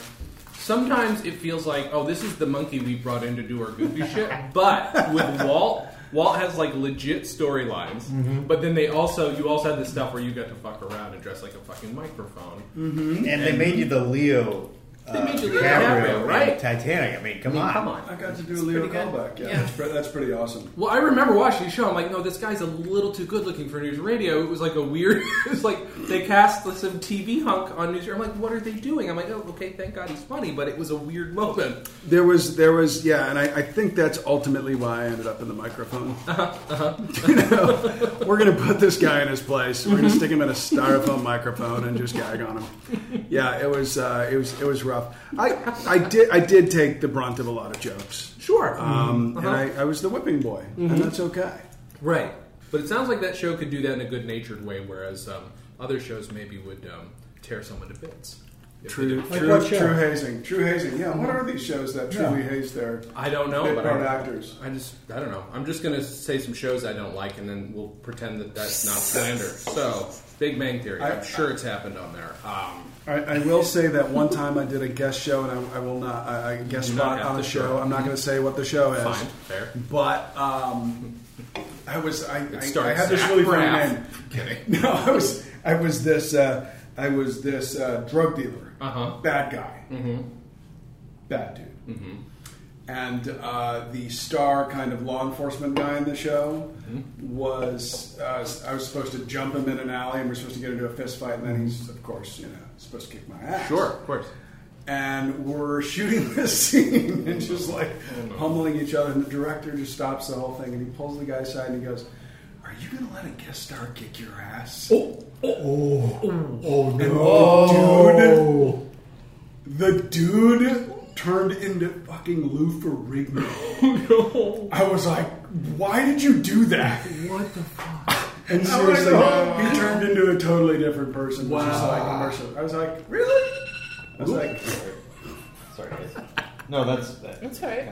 A: Sometimes it feels like, oh, this is the monkey we brought in to do our goofy shit. But with Walt, Walt has like legit storylines. But then they also, you also had this stuff where you got to fuck around and dress like a fucking microphone.
E: And they made you the Leo.
A: They made you
E: uh,
A: Leo
E: DiCaprio
A: DiCaprio,
E: in
A: right?
E: Titanic. I mean, come on.
A: Come on.
D: I got to do a Leo
C: pretty good.
D: callback. Yeah,
C: Yeah.
D: That's, pre- that's pretty awesome.
A: Well, I remember watching the show. I'm like, no, this guy's a little too good looking for news radio. It was like a weird. It was like they cast some TV hunk on news. I'm like, what are they doing? I'm like, oh, okay, thank God he's funny, but it was a weird moment.
D: There was, there was, yeah, and I, I think that's ultimately why I ended up in the microphone. you know, we're gonna put this guy in his place. We're gonna stick him in a styrofoam microphone and just gag on him. Yeah, it was, uh, it was, it was rough. I, I did, I did take the brunt of a lot of jokes,
A: Sure.
D: um,
A: Uh-huh.
D: and I, I was the whipping boy, and that's okay.
A: Right. But it sounds like that show could do that in a good natured way, whereas um, other shows maybe would um, tear someone to bits. if they
D: True,
A: do.
E: Like
D: true,
E: what show?
D: true hazing, true hazing. Yeah, what are these shows that truly haze their
A: I don't know,
D: bit
A: but
D: part
A: I,
D: actors?
A: I just I don't know. I'm just gonna say some shows I don't like, and then we'll pretend that that's not slander. So Big Bang Theory, I,
D: I-
A: am sure it's happened on there. Um,
D: I, I will say that one time I did a guest show, and I, I will not. I, I guest
A: Do not
D: spot
A: have
D: on
A: to
D: a show.
A: share.
D: I'm not going to say what the show is.
A: fine, fair.
D: But um, I was. I, I, I
A: starts
D: had this
A: Zach
D: really funny
A: Braff.
D: name. No, I was. I was this. Uh, I was this uh, drug dealer.
A: Uh-huh.
D: Bad guy. Mm-hmm. Bad dude. Mm-hmm. And uh, the star kind of law enforcement guy in the show was. Uh, I was supposed to jump him in an alley, and we're supposed to get into a fist fight, and then he's, of course, you know, supposed to kick my ass
A: Sure, of course.
D: and we're shooting this scene and just like pummeling each other. And the director just stops the whole thing and he pulls the guy aside and he goes, "Are you going to let a guest star kick your ass?" Oh, oh, oh, no, dude! The dude turned into fucking Lou Ferrigno. Oh, I was like, "Why did you do that?" What the fuck? And seriously, he turned into a totally different person. Wow. Just like immersive. I was like, "Really?" I was like,
G: Sorry, guys. No, that's that.
C: That's all right.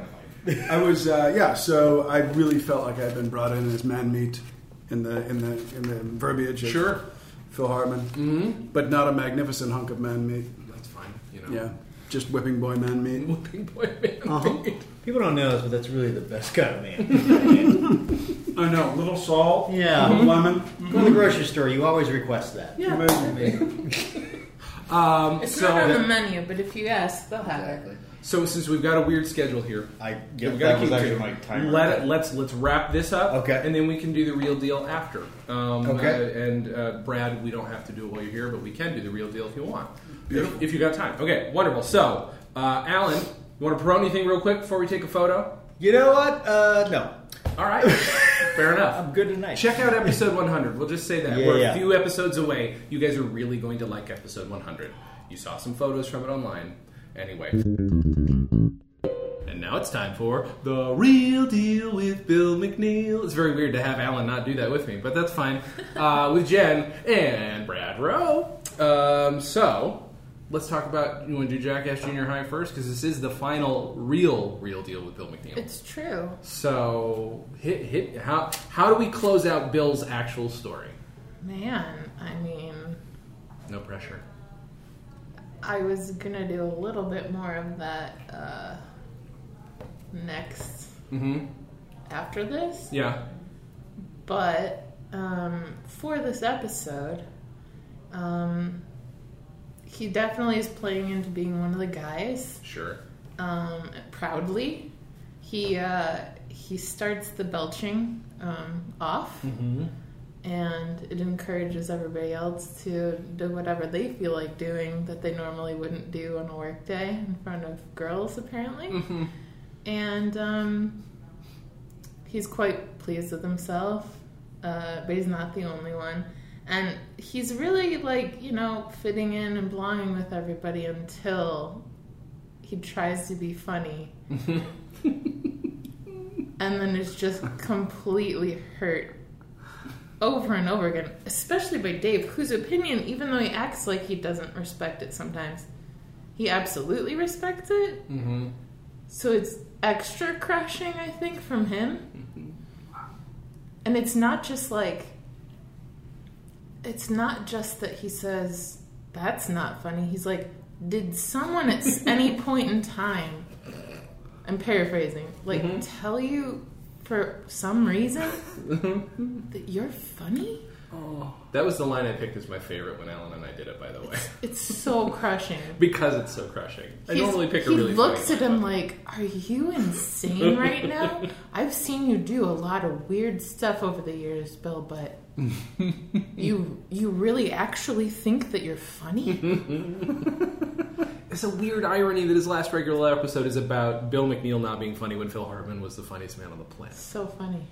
D: I was, uh, yeah. So I really felt like I'd been brought in as man meat in the in the in the verbiage. Of
A: Sure.
D: Phil Hartman, mm-hmm. but not a magnificent hunk of man meat.
A: That's fine. You know.
D: Yeah, just whipping boy man meat.
A: Whipping boy man.
E: People don't know this, but that's really the best kind of man.
D: I know, little salt,
E: Yeah.
D: little lemon.
E: Go to the grocery store. You always request that.
C: Yeah.
D: Amazing.
A: Um,
C: It's
A: so
C: not on the menu, but if you ask, they'll have it.
A: so since we've got a weird schedule here,
E: I
A: Yeah, we
E: get
A: gotta
E: that.
G: was
A: keep
G: actually
A: to-
G: my timer.
A: Let it, let's let's wrap this up,
E: Okay.
A: and then we can do the real deal after. Um,
E: Okay.
A: uh, and uh, Brad, we don't have to do it while you're here, but we can do the real deal if you want, if, if you got time. Okay, wonderful. So, uh, Alan, you want to pro anything real quick before we take a photo?
E: You know what? Uh, no.
A: All right, fair enough.
E: I'm good tonight.
A: Check out episode 100. We'll just say that
E: Yeah,
A: we're
E: yeah.
A: a few episodes away. You guys are really going to like episode 100. You saw some photos from it online. Anyway. And now it's time for the real deal with Bill McNeil. It's very weird to have Alan not do that with me, but that's fine. Uh, with Jen and Brad Rowe. Um, so let's talk about you want to do Jackass Junior High first because this is the final real real deal with Bill McNeil.
C: It's true.
A: So hit hit how how do we close out Bill's actual story?
C: Man, I mean,
A: No pressure.
C: I was gonna do a little bit more of that uh, next
A: Mm-hmm.
C: after this,
A: Yeah.
C: but um, for this episode, um, he definitely is playing into being one of the guys
A: Sure.
C: um, proudly. He uh, he starts the belching um, off, and it encourages everybody else to do whatever they feel like doing that they normally wouldn't do on a work day in front of girls, apparently. And um, he's quite pleased with himself, uh, but he's not the only one. And he's really like you know fitting in and belonging with everybody until he tries to be funny and then is just completely hurt over and over again especially by dave whose opinion even though he acts like he doesn't respect it sometimes he absolutely respects it
A: Mm-hmm.
C: so it's extra crushing i think from him and it's not just like it's not just that he says that's not funny he's like did someone at s- any point in time i'm paraphrasing like tell you for some reason that you're funny
A: That was the line I picked as my favorite when Alan and I did it, by the way,
C: it's so crushing
A: because it's so crushing. I
C: He's-
A: normally pick a
C: he
A: really.
C: looks
A: funny
C: at
A: line,
C: him like, "Are you insane right now? I've seen you do a lot of weird stuff over the years, Bill, but you you really actually think that you're funny?
A: but It's a weird irony that his last regular episode is about Bill McNeil not being funny when Phil Hartman was the funniest man on the planet.
C: so funny,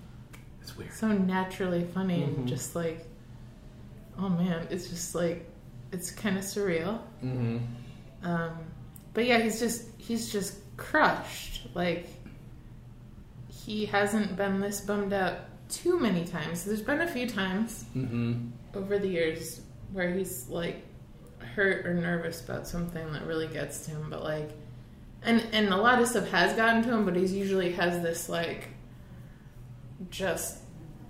A: It's weird.
C: so naturally funny,
A: Mm-hmm.
C: and just like, oh man, it's just like, it's kind of surreal.
A: Mm-hmm.
C: Um, but yeah, he's just he's just crushed. Like he hasn't been this bummed out too many times. There's been a few times
A: Mm-hmm.
C: over the years where he's like hurt or nervous about something that really gets to him, but like, and and a lot of stuff has gotten to him, but he's usually has this like, just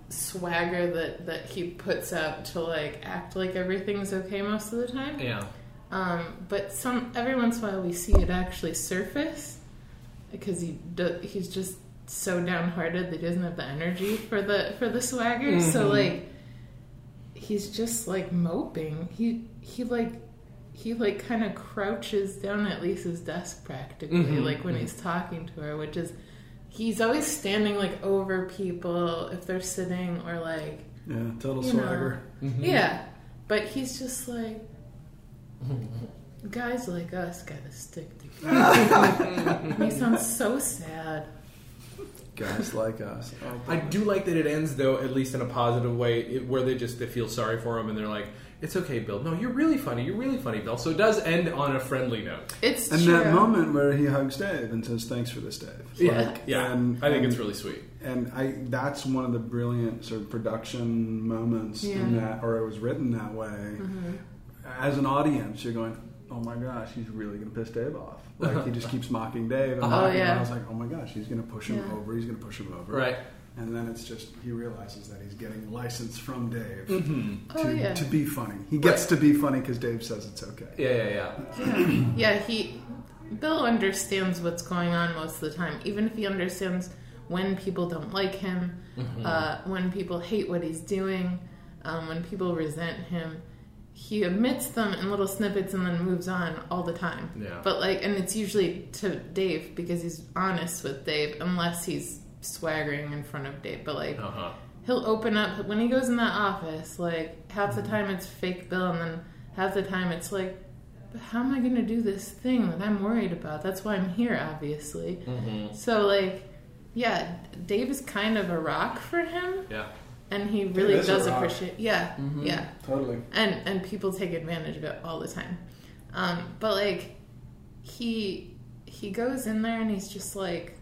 C: swagger that that he puts up to like act like everything's okay most of the time.
A: Yeah.
C: Um, but some every once in a while we see it actually surface because he do, he's just so downhearted that he doesn't have the energy for the for the swagger. So like he's just like moping. He he like he like kind of crouches down at Lisa's desk practically,
A: Mhm,
C: like when he's talking to her, which is he's always standing like over people if they're sitting or like
D: Yeah, total
C: you know.
D: swagger.
C: yeah, but he's just like, guys like us gotta stick together.
A: Mm-hmm.
C: And he sounds so sad.
D: Guys like us. Oh,
A: I do like that it ends though, at least in a positive way, it, where they just they feel sorry for him and they're like, "It's okay, Bill. No, you're really funny. You're really funny, Bill." So it does end on a friendly note.
C: It's
D: and
C: true.
D: that moment where he hugs Dave and says, "Thanks for this, Dave." Like,
A: yeah.
D: and-
A: I think
D: and-
A: it's really sweet.
D: and I that's one of the brilliant sort of production moments in
C: Yeah. Mm-hmm.
D: that, or it was written that way. As an audience, you're going, "Oh my gosh, he's really going to piss Dave off." Like he just keeps mocking Dave, and, mocking him.
C: yeah.
D: I was like, "Oh my gosh, he's going to push him
C: Yeah.
D: over. He's going to push him over."
A: Right.
D: And then it's just he realizes that he's getting license from Dave to,
C: Oh, yeah.
D: to be funny. He gets to be funny because Dave says it's okay.
A: Yeah, yeah, yeah.
C: yeah, he Bill understands what's going on most of the time, even if he understands when people don't like him, uh, when people hate what he's doing, um, when people resent him. He admits them in little snippets and then moves on all the time.
A: Yeah.
C: But like, and it's usually to Dave because he's honest with Dave, unless he's swaggering in front of Dave. But like,
A: Uh huh.
C: he'll open up when he goes in that office like half the time it's fake bill and then half the time it's like "But how am i going to do this thing that i'm worried about that's why i'm here obviously
A: Mm-hmm.
C: so like yeah dave is kind of a rock for him
A: Yeah.
C: and he really
D: is a
C: does
D: rock.
C: appreciate yeah yeah
D: Totally.
C: and and people take advantage of it all the time um, but like he he goes in there and he's just like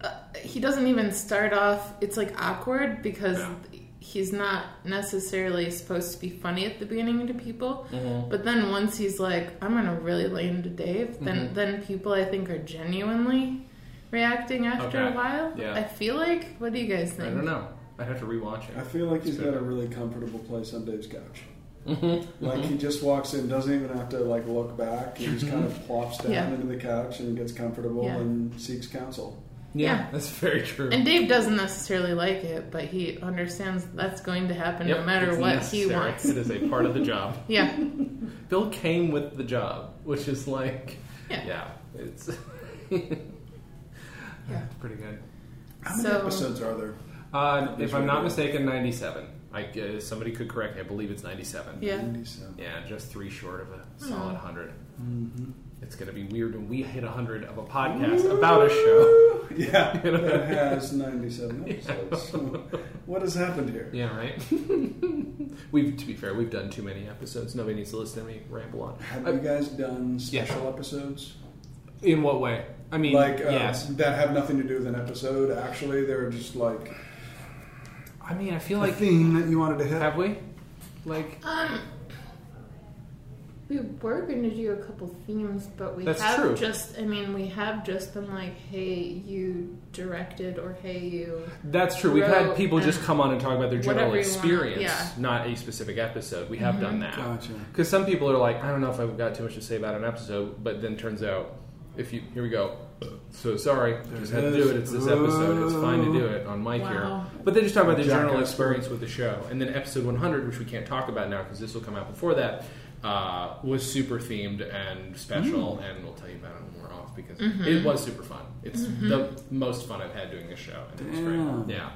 C: uh, he doesn't even start off it's like awkward because
A: Yeah.
C: he's not necessarily supposed to be funny at the beginning to people
A: Mm-hmm.
C: but then once he's like i'm gonna really lay into dave then
A: Mm-hmm.
C: then people i think are genuinely reacting after
A: Okay.
C: a while
A: Yeah.
C: i feel like what do you guys
A: I
C: think
A: don't know. I'd have to rewatch
D: I
A: it.
D: feel like he's
A: It's good.
D: got a really comfortable place on Dave's couch.
A: Mm-hmm.
D: Like he just walks in, doesn't even have to like look back. He just kind of
A: Mm-hmm.
D: plops down
C: Yeah.
D: into the couch and gets comfortable
C: Yeah.
D: and seeks counsel.
C: Yeah.
A: that's very true.
C: And Dave doesn't necessarily like it, but he understands that's going to happen
A: Yep,
C: no matter
A: it's
C: what he
A: necessary.
C: wants.
A: It is a part of the job.
C: Yeah.
A: Bill came with the job, which is like,
C: Yeah.
A: yeah, it's
C: Yeah.
A: pretty good.
D: How many
C: So-
D: episodes are there?
A: Uh, if I'm not
D: Miserable.
A: mistaken, 97. I, uh, somebody could correct me. I believe it's 97.
C: Yeah.
D: 97.
A: Yeah, just three short of a
D: Hmm.
A: solid 100.
D: Mm-hmm.
A: It's going to be weird when we hit 100 of a podcast about a show.
D: Yeah, it has 97 episodes. what has happened here?
A: Yeah, right? we've To be fair, we've done too many episodes. Nobody needs to listen to me ramble on.
D: Have
A: Uh,
D: you guys done
A: Yeah.
D: special episodes?
A: In what way? I mean,
D: Like uh,
A: yes.
D: that have nothing to do with an episode. Actually, they're just like
A: I mean, I feel
D: a
A: like.
D: theme that you wanted to hit.
A: Have we? Like,
C: Uh, We were going to do a couple themes, but we
A: That's
C: have
A: true.
C: just, I mean, we have just been like, hey, you directed or hey, you.
A: That's true. We've had
C: Wrote
A: people just
C: and
A: come on and talk about their general
C: uh, whatever you
A: experience,
C: want, yeah.
A: not a specific episode. We
D: Mm-hmm.
A: have done that.
D: Gotcha.
A: Because some people are like, I don't know if I've got too much to say about an episode, but then turns out, if you here we go. So sorry, just had to do it. It's this episode. It's fine to do it on mic
C: Wow.
A: here. But they just talk about their
D: Jack
A: general
D: Asper.
A: experience with the show, and then episode 100, which we can't talk about now because this will come out before that, uh, was super themed and special, and we'll tell you about it when we're off because it was super fun. It's the most fun I've had doing this show, and it was
D: Damn.
A: great. Yeah.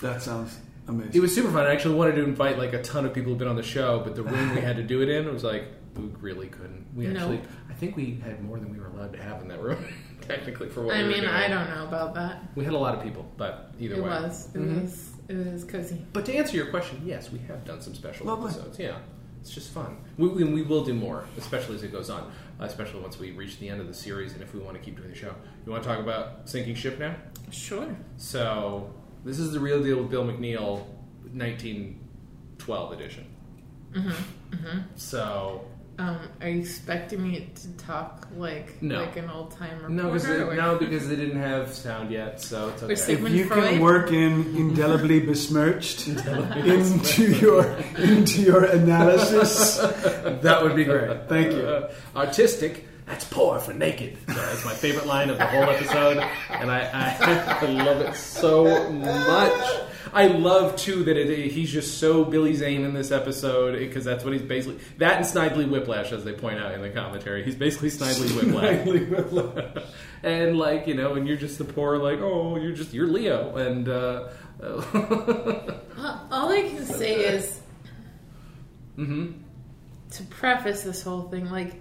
D: That sounds amazing.
A: It was super fun. I actually wanted to invite like a ton of people who've been on the show, but the room we had to do it in was like we really couldn't. We
C: No.
A: actually, I think we had more than we were allowed to have in that room, technically for what
C: I
A: we were
C: mean,
A: doing.
C: I don't know about that.
A: We had a lot of people, but either
C: It
A: way, Mm-hmm.
C: was. It was. It was cozy.
A: But to answer your question, yes, we have done some special
D: Lovely.
A: episodes. Yeah, it's just fun. We, we, we will do more, especially as it goes on, especially once we reach the end of the series and if we want to keep doing the show. You want to talk about sinking ship now?
C: Sure.
A: So this
C: Mm-hmm,
A: is the real deal with Bill McNeil, 1912 edition. So
C: Um, are you expecting me to talk like
A: No.
C: like an old time reporter?
A: no, because
C: or-
A: no, because they didn't have sound yet, so it's
C: We're
A: okay.
C: safe.
D: If
C: Sigmund
D: you
C: Freud?
D: can work in indelibly besmirched into your into your analysis, that would be great. Thank you.
A: Uh, artistic. That's poor for naked. No, that's my favorite line of the whole episode, and I, I, I love it so much. I love too that it, he's just so Billy Zane in this episode because that's what he's basically. That and Snidely Whiplash, as they point out in the commentary, he's basically Snidely Whiplash. and like you know, and you're just the poor like oh you're just you're Leo and uh,
C: Uh, All I can say is
A: hmm
C: to preface this whole thing, like,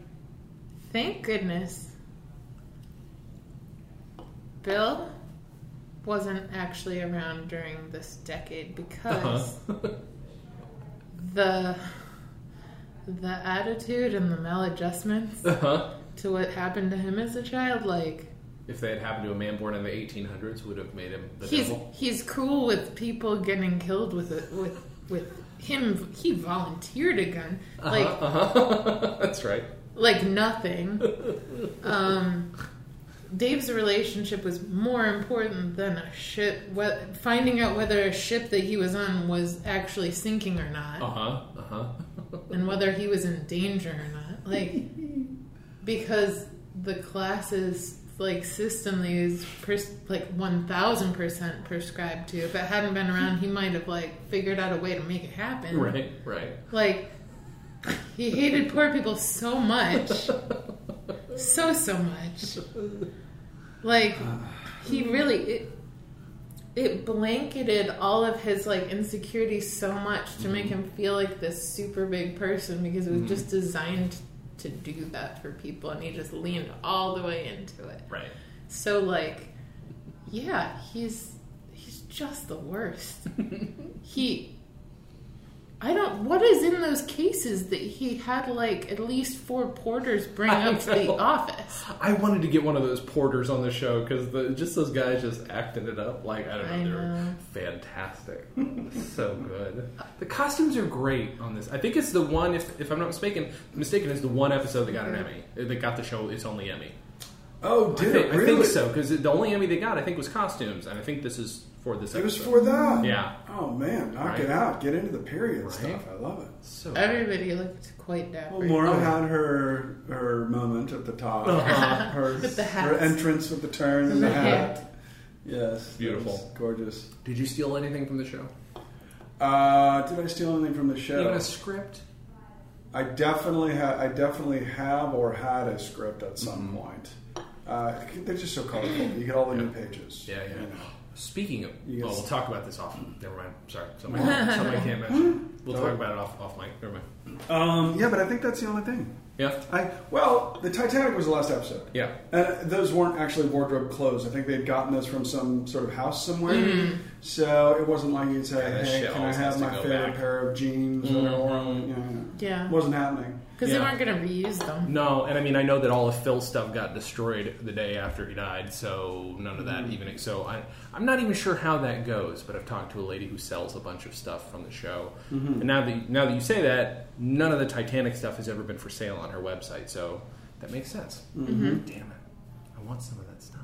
C: thank goodness Bill wasn't actually around during this decade because
A: Uh-huh.
C: the the attitude and the maladjustments
A: huh.
C: to what happened to him as a child, like
A: If they had happened to a man born in the 1800s, would have made him the
C: he's
A: devil.
C: he's cool with people getting killed with it with with him he volunteered a gun like
A: uh-huh. that's right.
C: like nothing. Um, Dave's relationship was more important than a ship. What, finding out whether a ship that he was on was actually sinking or not,
A: Uh huh. Uh huh.
C: and whether he was in danger or not, like because the classes like system they use pres- like one thousand percent prescribed to. If it hadn't been around, he might have like figured out a way to make it happen.
A: right. Right.
C: Like, he hated poor people so much. so, so much. Like, he really. It, it blanketed all of his like insecurities so much to make him feel like this super big person because it was just designed to do that for people and he just leaned all the way into it.
A: Right.
C: So like, yeah, he's he's just the worst. he, I don't. What is in those cases that he had like at least four porters bring
A: I
C: up to the
A: know.
C: office?
A: I wanted to get one of those porters on the show because just those guys just acted it up. Like I don't know,
C: I
A: they're
C: know.
A: fantastic, so good. The costumes are great on this. I think it's the one, if, if I'm not mistaken, mistaken is the one episode that got
C: Mm-hmm.
A: an Emmy. Uh, That got the show its only Emmy.
D: Oh, did
A: I
D: it
A: think, I
D: really?
A: think so because the only Emmy they got, I think, was costumes, and I think this is for this.
D: It was
A: episode.
D: for that.
A: Yeah.
D: Oh man, knock
A: Right.
D: it out. Get into the period
A: Right.
D: stuff. I love it.
A: So
C: Everybody looked quite dapper.
D: Well, Maura had her her moment at the top.
A: Uh-huh.
D: Her,
C: With the
D: her
C: hats.
D: entrance with the turn and the
C: the hat.
D: hat. Yes,
A: Beautiful.
D: that was gorgeous.
A: Did you steal anything from the show?
D: Uh, did I steal anything from the show?
A: Even a script?
D: I definitely ha- I definitely have or had a script at some
A: Mm-hmm.
D: point. Uh, they're just so colorful. You get all the new pages.
A: Yeah, yeah.
D: You know.
A: Speaking of,
D: You
A: well,
D: guys-
A: we'll talk about this off. Never mind. Sorry, something something I can't mention. We'll talk about it off off mic. Never mind.
D: Um, yeah, but I think that's the only thing.
A: Yeah,
D: I well, the Titanic was the last episode.
A: yeah.
D: And those weren't actually wardrobe clothes. I think they'd gotten those from some sort of house somewhere. So it wasn't like you'd say,
A: Yeah, that
D: "Hey,
A: Mm-hmm. shit
D: can I
A: always has
D: have
A: to
D: my
A: go
D: favorite
A: back.
D: pair of jeans?" Or,
A: Mhm.
D: you know,
C: Yeah,
D: it
C: because
D: wasn't happening.
C: they
A: Yeah.
C: weren't gonna reuse them.
A: No, and I mean I know that all of Phil's stuff got destroyed the day after he died, so none of
C: Mm.
A: that even. So I, I'm not even sure how that goes. But I've talked to a lady who sells a bunch of stuff from the show,
C: Mm-hmm.
A: and now that now that you say that, none of the Titanic stuff has ever been for sale on her website. So that makes sense.
C: Mm-hmm.
A: Damn it! I want some of that stuff.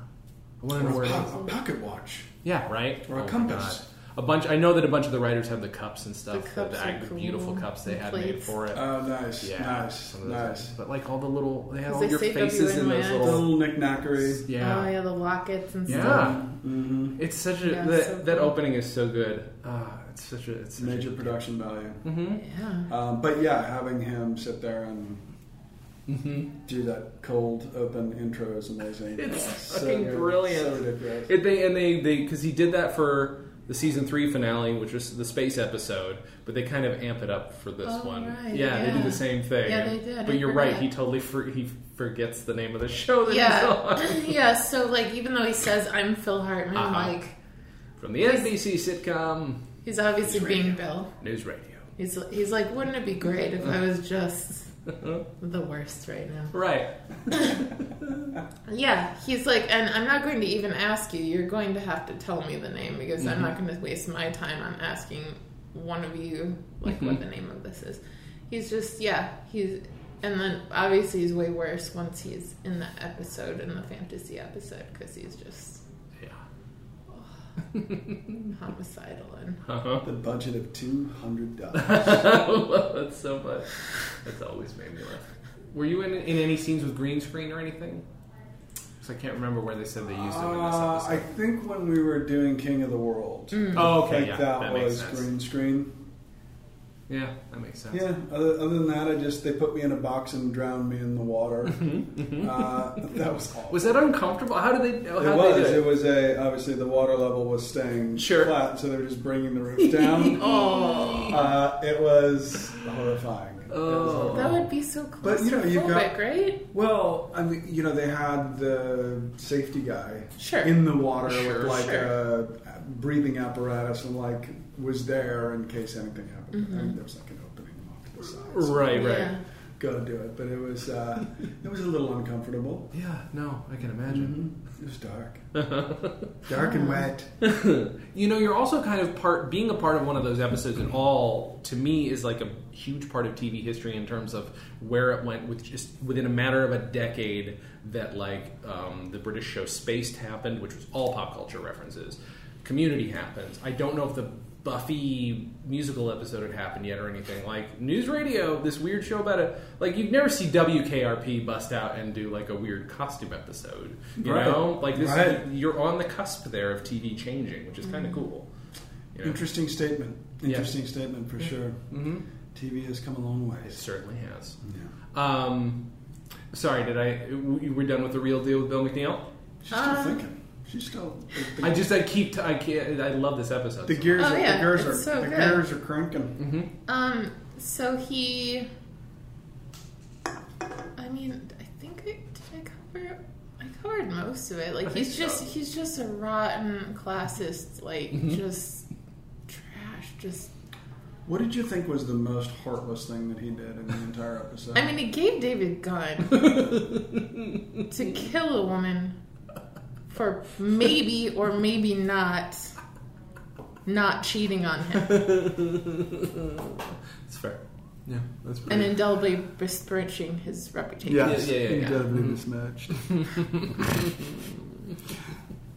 A: I want to know
D: Or
A: where
D: a,
A: it is.
D: po- a pocket watch.
A: Yeah, right. Oh
D: Or a
A: my
D: compass.
A: God. A bunch. I know that a bunch of the writers have the cups and stuff.
C: The cups
A: the,
C: are cool.
A: beautiful cups they
C: The
A: had made
C: plates.
A: for it.
D: Oh, nice,
A: yeah,
D: nice,
A: some of those
D: nice.
A: things. But like all the little, they had
C: Because
A: all
C: they
A: your
C: say
A: faces in those
C: WNYX.
D: The
A: little.
D: little knickknackery.
C: Oh
A: Yeah,
C: yeah, the lockets and
A: yeah.
C: stuff.
D: Mm-hmm.
A: It's such a
C: Yeah,
A: that,
C: it's so
A: that
C: cool.
A: opening is so good. Ah, it's such a it's such
D: Major production value.
A: A, mm-hmm.
C: Yeah.
D: Um, but yeah, having him sit there and
A: Mm-hmm.
D: do that cold open intro is amazing.
A: It's
D: So
A: fucking
D: good,
A: brilliant.
D: So ridiculous.
A: It, they and they they because he did that for the season three finale, which was the space episode, but they kind of amp it up for this
C: Oh,
A: one.
C: right,
A: yeah, they
C: yeah.
A: did the same thing.
C: Yeah, they did. I
A: But you're right.
C: forgot.
A: He totally for, he forgets the name of the show. That he's on.
C: Yeah, yeah. So like, even though he says I'm Phil Hartman,
A: Uh-huh.
C: like
A: from the NBC sitcom
C: he's obviously being Bill.
A: News Radio.
C: He's, he's like, wouldn't it be great if I was just the worst right now?
A: Right.
C: Yeah, he's like, and I'm not going to even ask you. You're going to have to tell me the name because I'm not going to waste my time on asking one of you like what the name of this is. He's just yeah. He's and then obviously he's way worse once he's in the episode in the fantasy episode because he's just
A: Yeah.
C: homicidal and
A: Uh-huh.
D: The budget of two hundred dollars.
A: That's so much. That's always made me laugh. Were you in, in any scenes with green screen or anything? Because I can't remember where they said they used it in this
D: Uh, I
A: episode.
D: think when we were doing King of the World,
A: oh,
D: I
A: okay,
D: think
A: yeah,
D: that,
A: that, makes
D: was
A: sense.
D: green screen.
A: Yeah, that makes sense.
D: Yeah. Other, other than that, I just they put me in a box and drowned me in the water.
A: Mm-hmm.
D: Uh, that was all.
A: Was that uncomfortable? How did they? How
D: it
A: did
D: was.
A: They do
D: It was a obviously the water level was staying
A: Sure.
D: flat, so they were just bringing the roof down.
C: oh,
D: uh, it was horrifying. It was
A: Oh.
D: horrifying.
C: that would be so claustrophobic,
D: But, you know, you've got-
C: right?
D: Well, I mean, you know, they had the safety guy
C: Sure.
D: in the water
A: Sure,
D: with like
C: sure.
D: a breathing apparatus and like was there in case anything happened. I mean, there was like an opening off to the side. so
A: Right, right.
C: Yeah.
D: Go do it, but it was uh, it was a little uncomfortable.
A: Yeah, no, I can imagine.
D: It was dark, dark and wet.
A: You know, you're also kind of part being a part of one of those episodes at all. To me, is like a huge part of TV history in terms of where it went with just within a matter of a decade. That like um, the British show Spaced happened, which was all pop culture references. Community happens. I don't know if the Buffy musical episode had happened yet or anything. Like news radio, this weird show about a like you'd never see WKRP bust out and do like a weird costume episode. You
D: Right.
A: know, like this
D: Right.
A: you're on the cusp there of TV changing, which is kind of cool. You know,
D: Interesting statement.
A: Yeah.
D: Interesting statement for sure.
A: Mhm.
D: TV has come a long way.
A: It certainly has.
D: Yeah.
A: Um, sorry, did I? w- We're done with the real deal with Bill McNeil.
D: She's still
C: Uh,
D: thinking. She's still. The,
A: I just I keep t- I can't, I love this episode.
D: the
A: so
D: gears.
C: Oh,
D: are,
C: yeah,
D: the gears
C: it's
D: are
C: so
D: the
C: good.
D: gears are cranking.
A: much. Mhm.
C: Um, so he. I mean, I think I, did I cover. I covered most of it. Like
A: I
C: he's
A: think so.
C: just he's just a rotten classist. Like
A: Mm-hmm.
C: just trash. Just
D: What did you think was the most heartless thing that he did in the entire episode?
A: Uh-huh.
C: I mean, he gave David Gunn
A: Mm-hmm.
C: to kill a woman for maybe or maybe not not cheating on him
A: It's fair. Yeah, that's
C: and indelibly besmirching his reputation
A: Yes, yeah, Mm-hmm. yeah, yeah.
D: Indelibly mismatched.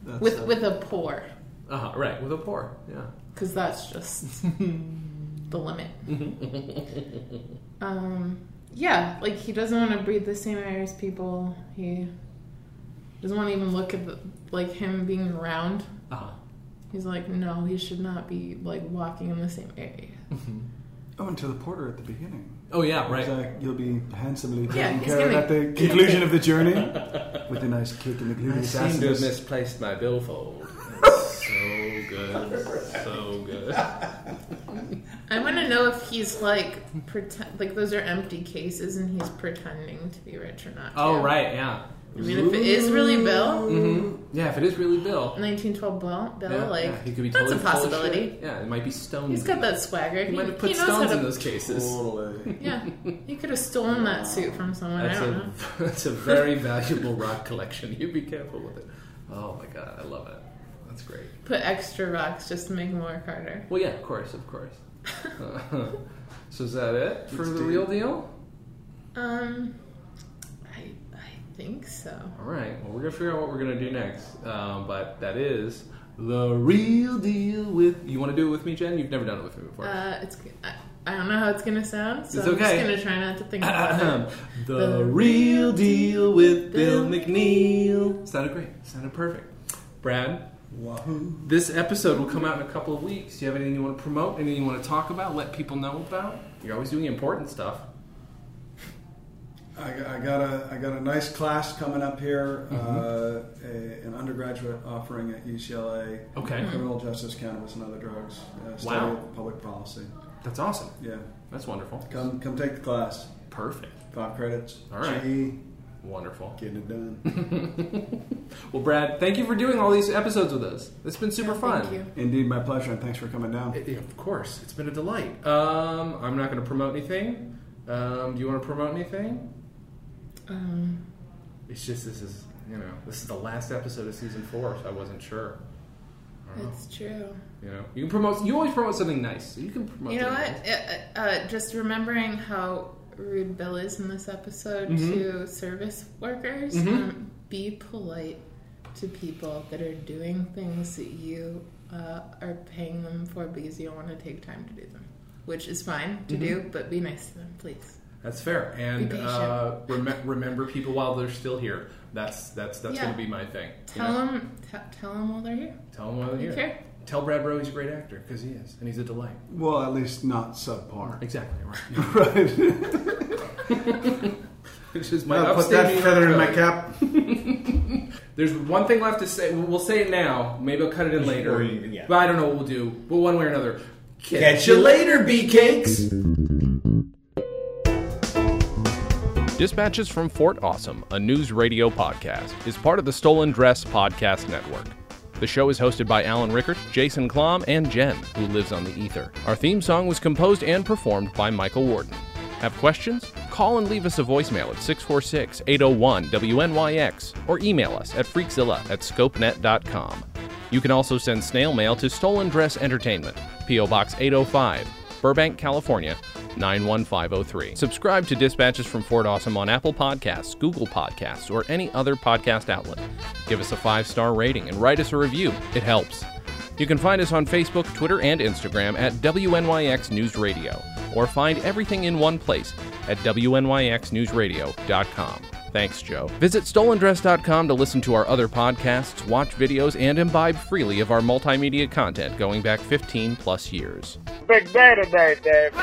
D: That's
C: with
D: uh,
C: with a pour.
A: uh-huh, right with a pour. Yeah.
C: because that's just the limit.
A: Mm-hmm.
C: um, yeah, like he doesn't want to breathe the same air as people. He doesn't want to even look at the, like him being around.
A: Uh-huh.
C: He's like, no, he should not be like walking in the same area.
D: oh, and to the porter at the beginning.
A: Mm-hmm. Oh yeah, right.
D: He's like, you'll be handsomely taken
C: Yeah, he's
D: care of
C: gonna
D: at the
C: get
D: conclusion
C: it.
D: of the journey with a nice kick in the gluteus acids.
A: misplaced my billfold. It's so good, so good.
C: I want to know if he's like pretend like those are empty cases and he's pretending to be rich or not.
A: Oh
C: too.
A: right, yeah,
C: I mean, if it is really Bill,
A: hmm yeah. If it is really Bill,
C: 1912 Bill, Bill,
A: yeah,
C: like
A: yeah, he could be
C: that's
A: totally
C: a
A: full of
C: possibility.
A: shit. Yeah, it might be stoned.
C: He's got that swagger.
A: He might have put
C: knows how
A: stones
C: to
A: in those cases.
D: Totally.
C: Yeah, he could have stolen that suit from someone.
A: That's
C: I don't
A: a,
C: know.
A: that's a very valuable rock collection. You be careful with it. Oh my god, I love it. That's great.
C: Put extra rocks just to make him work harder.
A: Well, yeah, of course, of course. so is that it for
D: It's
A: the
D: deep.
A: real deal?
C: Um, I I think so.
A: All right. Well, we're gonna figure out what we're gonna do next. Um, but that is the real deal with. You want to do it with me, Jen? You've never done it with me before.
C: Uh, it's I, I don't know how it's gonna sound, so
A: It's
C: I'm
A: okay.
C: just gonna try not to think about it.
A: the real deal with Bill McNeil. Sounded great. Sounded perfect. Brad,
D: Wahoo.
A: this episode will come out in a couple of weeks. Do you have anything you want to promote? Anything you want to talk about? Let people know about? You're always doing important stuff.
D: I, I got a I got a nice class coming up here,
A: Mm-hmm.
D: uh, a, an undergraduate offering at UCLA.
A: Okay.
C: Mm-hmm.
D: Criminal justice, cannabis, and other drugs. Uh, study
A: Mm-hmm. Wow.
D: of public policy.
A: That's awesome.
D: Yeah,
A: That's wonderful.
D: come come take the class.
A: Perfect.
D: Five credits.
A: All right.
D: Gee,
A: Wonderful.
D: getting it done.
A: Well, Brad, thank you for doing all these episodes with us. It's been super fun.
C: Thank you.
D: Indeed, my pleasure, and thanks for coming down.
A: Yeah, of course. It's been a delight. Um, I'm not going to promote anything. Um, do you want to promote anything?
C: Um,
A: It's just this is you know this is the last episode of season four, so I wasn't sure.
E: I don't know.
C: It's true.
E: You know, you can promote. You always promote something nice. You can promote.
C: You know
E: something
C: what? Uh, uh, just remembering how rude Bill is in this episode to service workers. Um, be polite to people that are doing things that you uh, are paying them for because you don't want to take time to do them, which is fine to do, but be nice to them, please.
E: That's fair. And
C: Be patient.
E: uh, rem- remember people while they're still here. That's that's that's
C: Yeah.
E: going to be my thing. you
C: Tell
E: know?
C: them, tell them while they're here.
E: Tell him while they're here.
C: Okay.
E: Tell Brad Rowe he's a great actor because he is, and he's a delight.
D: Well, at least not subpar.
E: Exactly right.
D: Right.
E: Which is my
D: I'll put
E: upstanding
D: that feather in my
E: code.
D: cap.
E: There's one thing left to say. We'll say it now. Maybe I'll cut it in later.
H: Or you- yeah.
E: But I don't know what we'll do. But one way or another. Catch,
H: you
E: later, bee cakes.
A: Dispatches from Fort Awesome, a news radio podcast, is part of the Stolen Dress Podcast Network. The show is hosted by Alan Rickert, Jason Klom, and Jen, who lives on the ether. Our theme song was composed and performed by Michael Warden. Have questions? Call and leave us a voicemail at 646 801 WNYX or email us at freakzilla at scopenet.com. You can also send snail mail to Stolen Dress Entertainment, P.O. Box 805. Burbank, California, 91503. Subscribe to Dispatches from Fort Awesome on Apple Podcasts, Google Podcasts, or any other podcast outlet. Give us a five star rating and write us a review, it helps. You can find us on Facebook, Twitter, and Instagram at WNYX News Radio, or find everything in one place at WNYXNewsRadio.com. Thanks, Joe. Visit stolendress.com to listen to our other podcasts, watch videos, and imbibe freely of our multimedia content going back 15 plus years.
I: Big day today, Dave.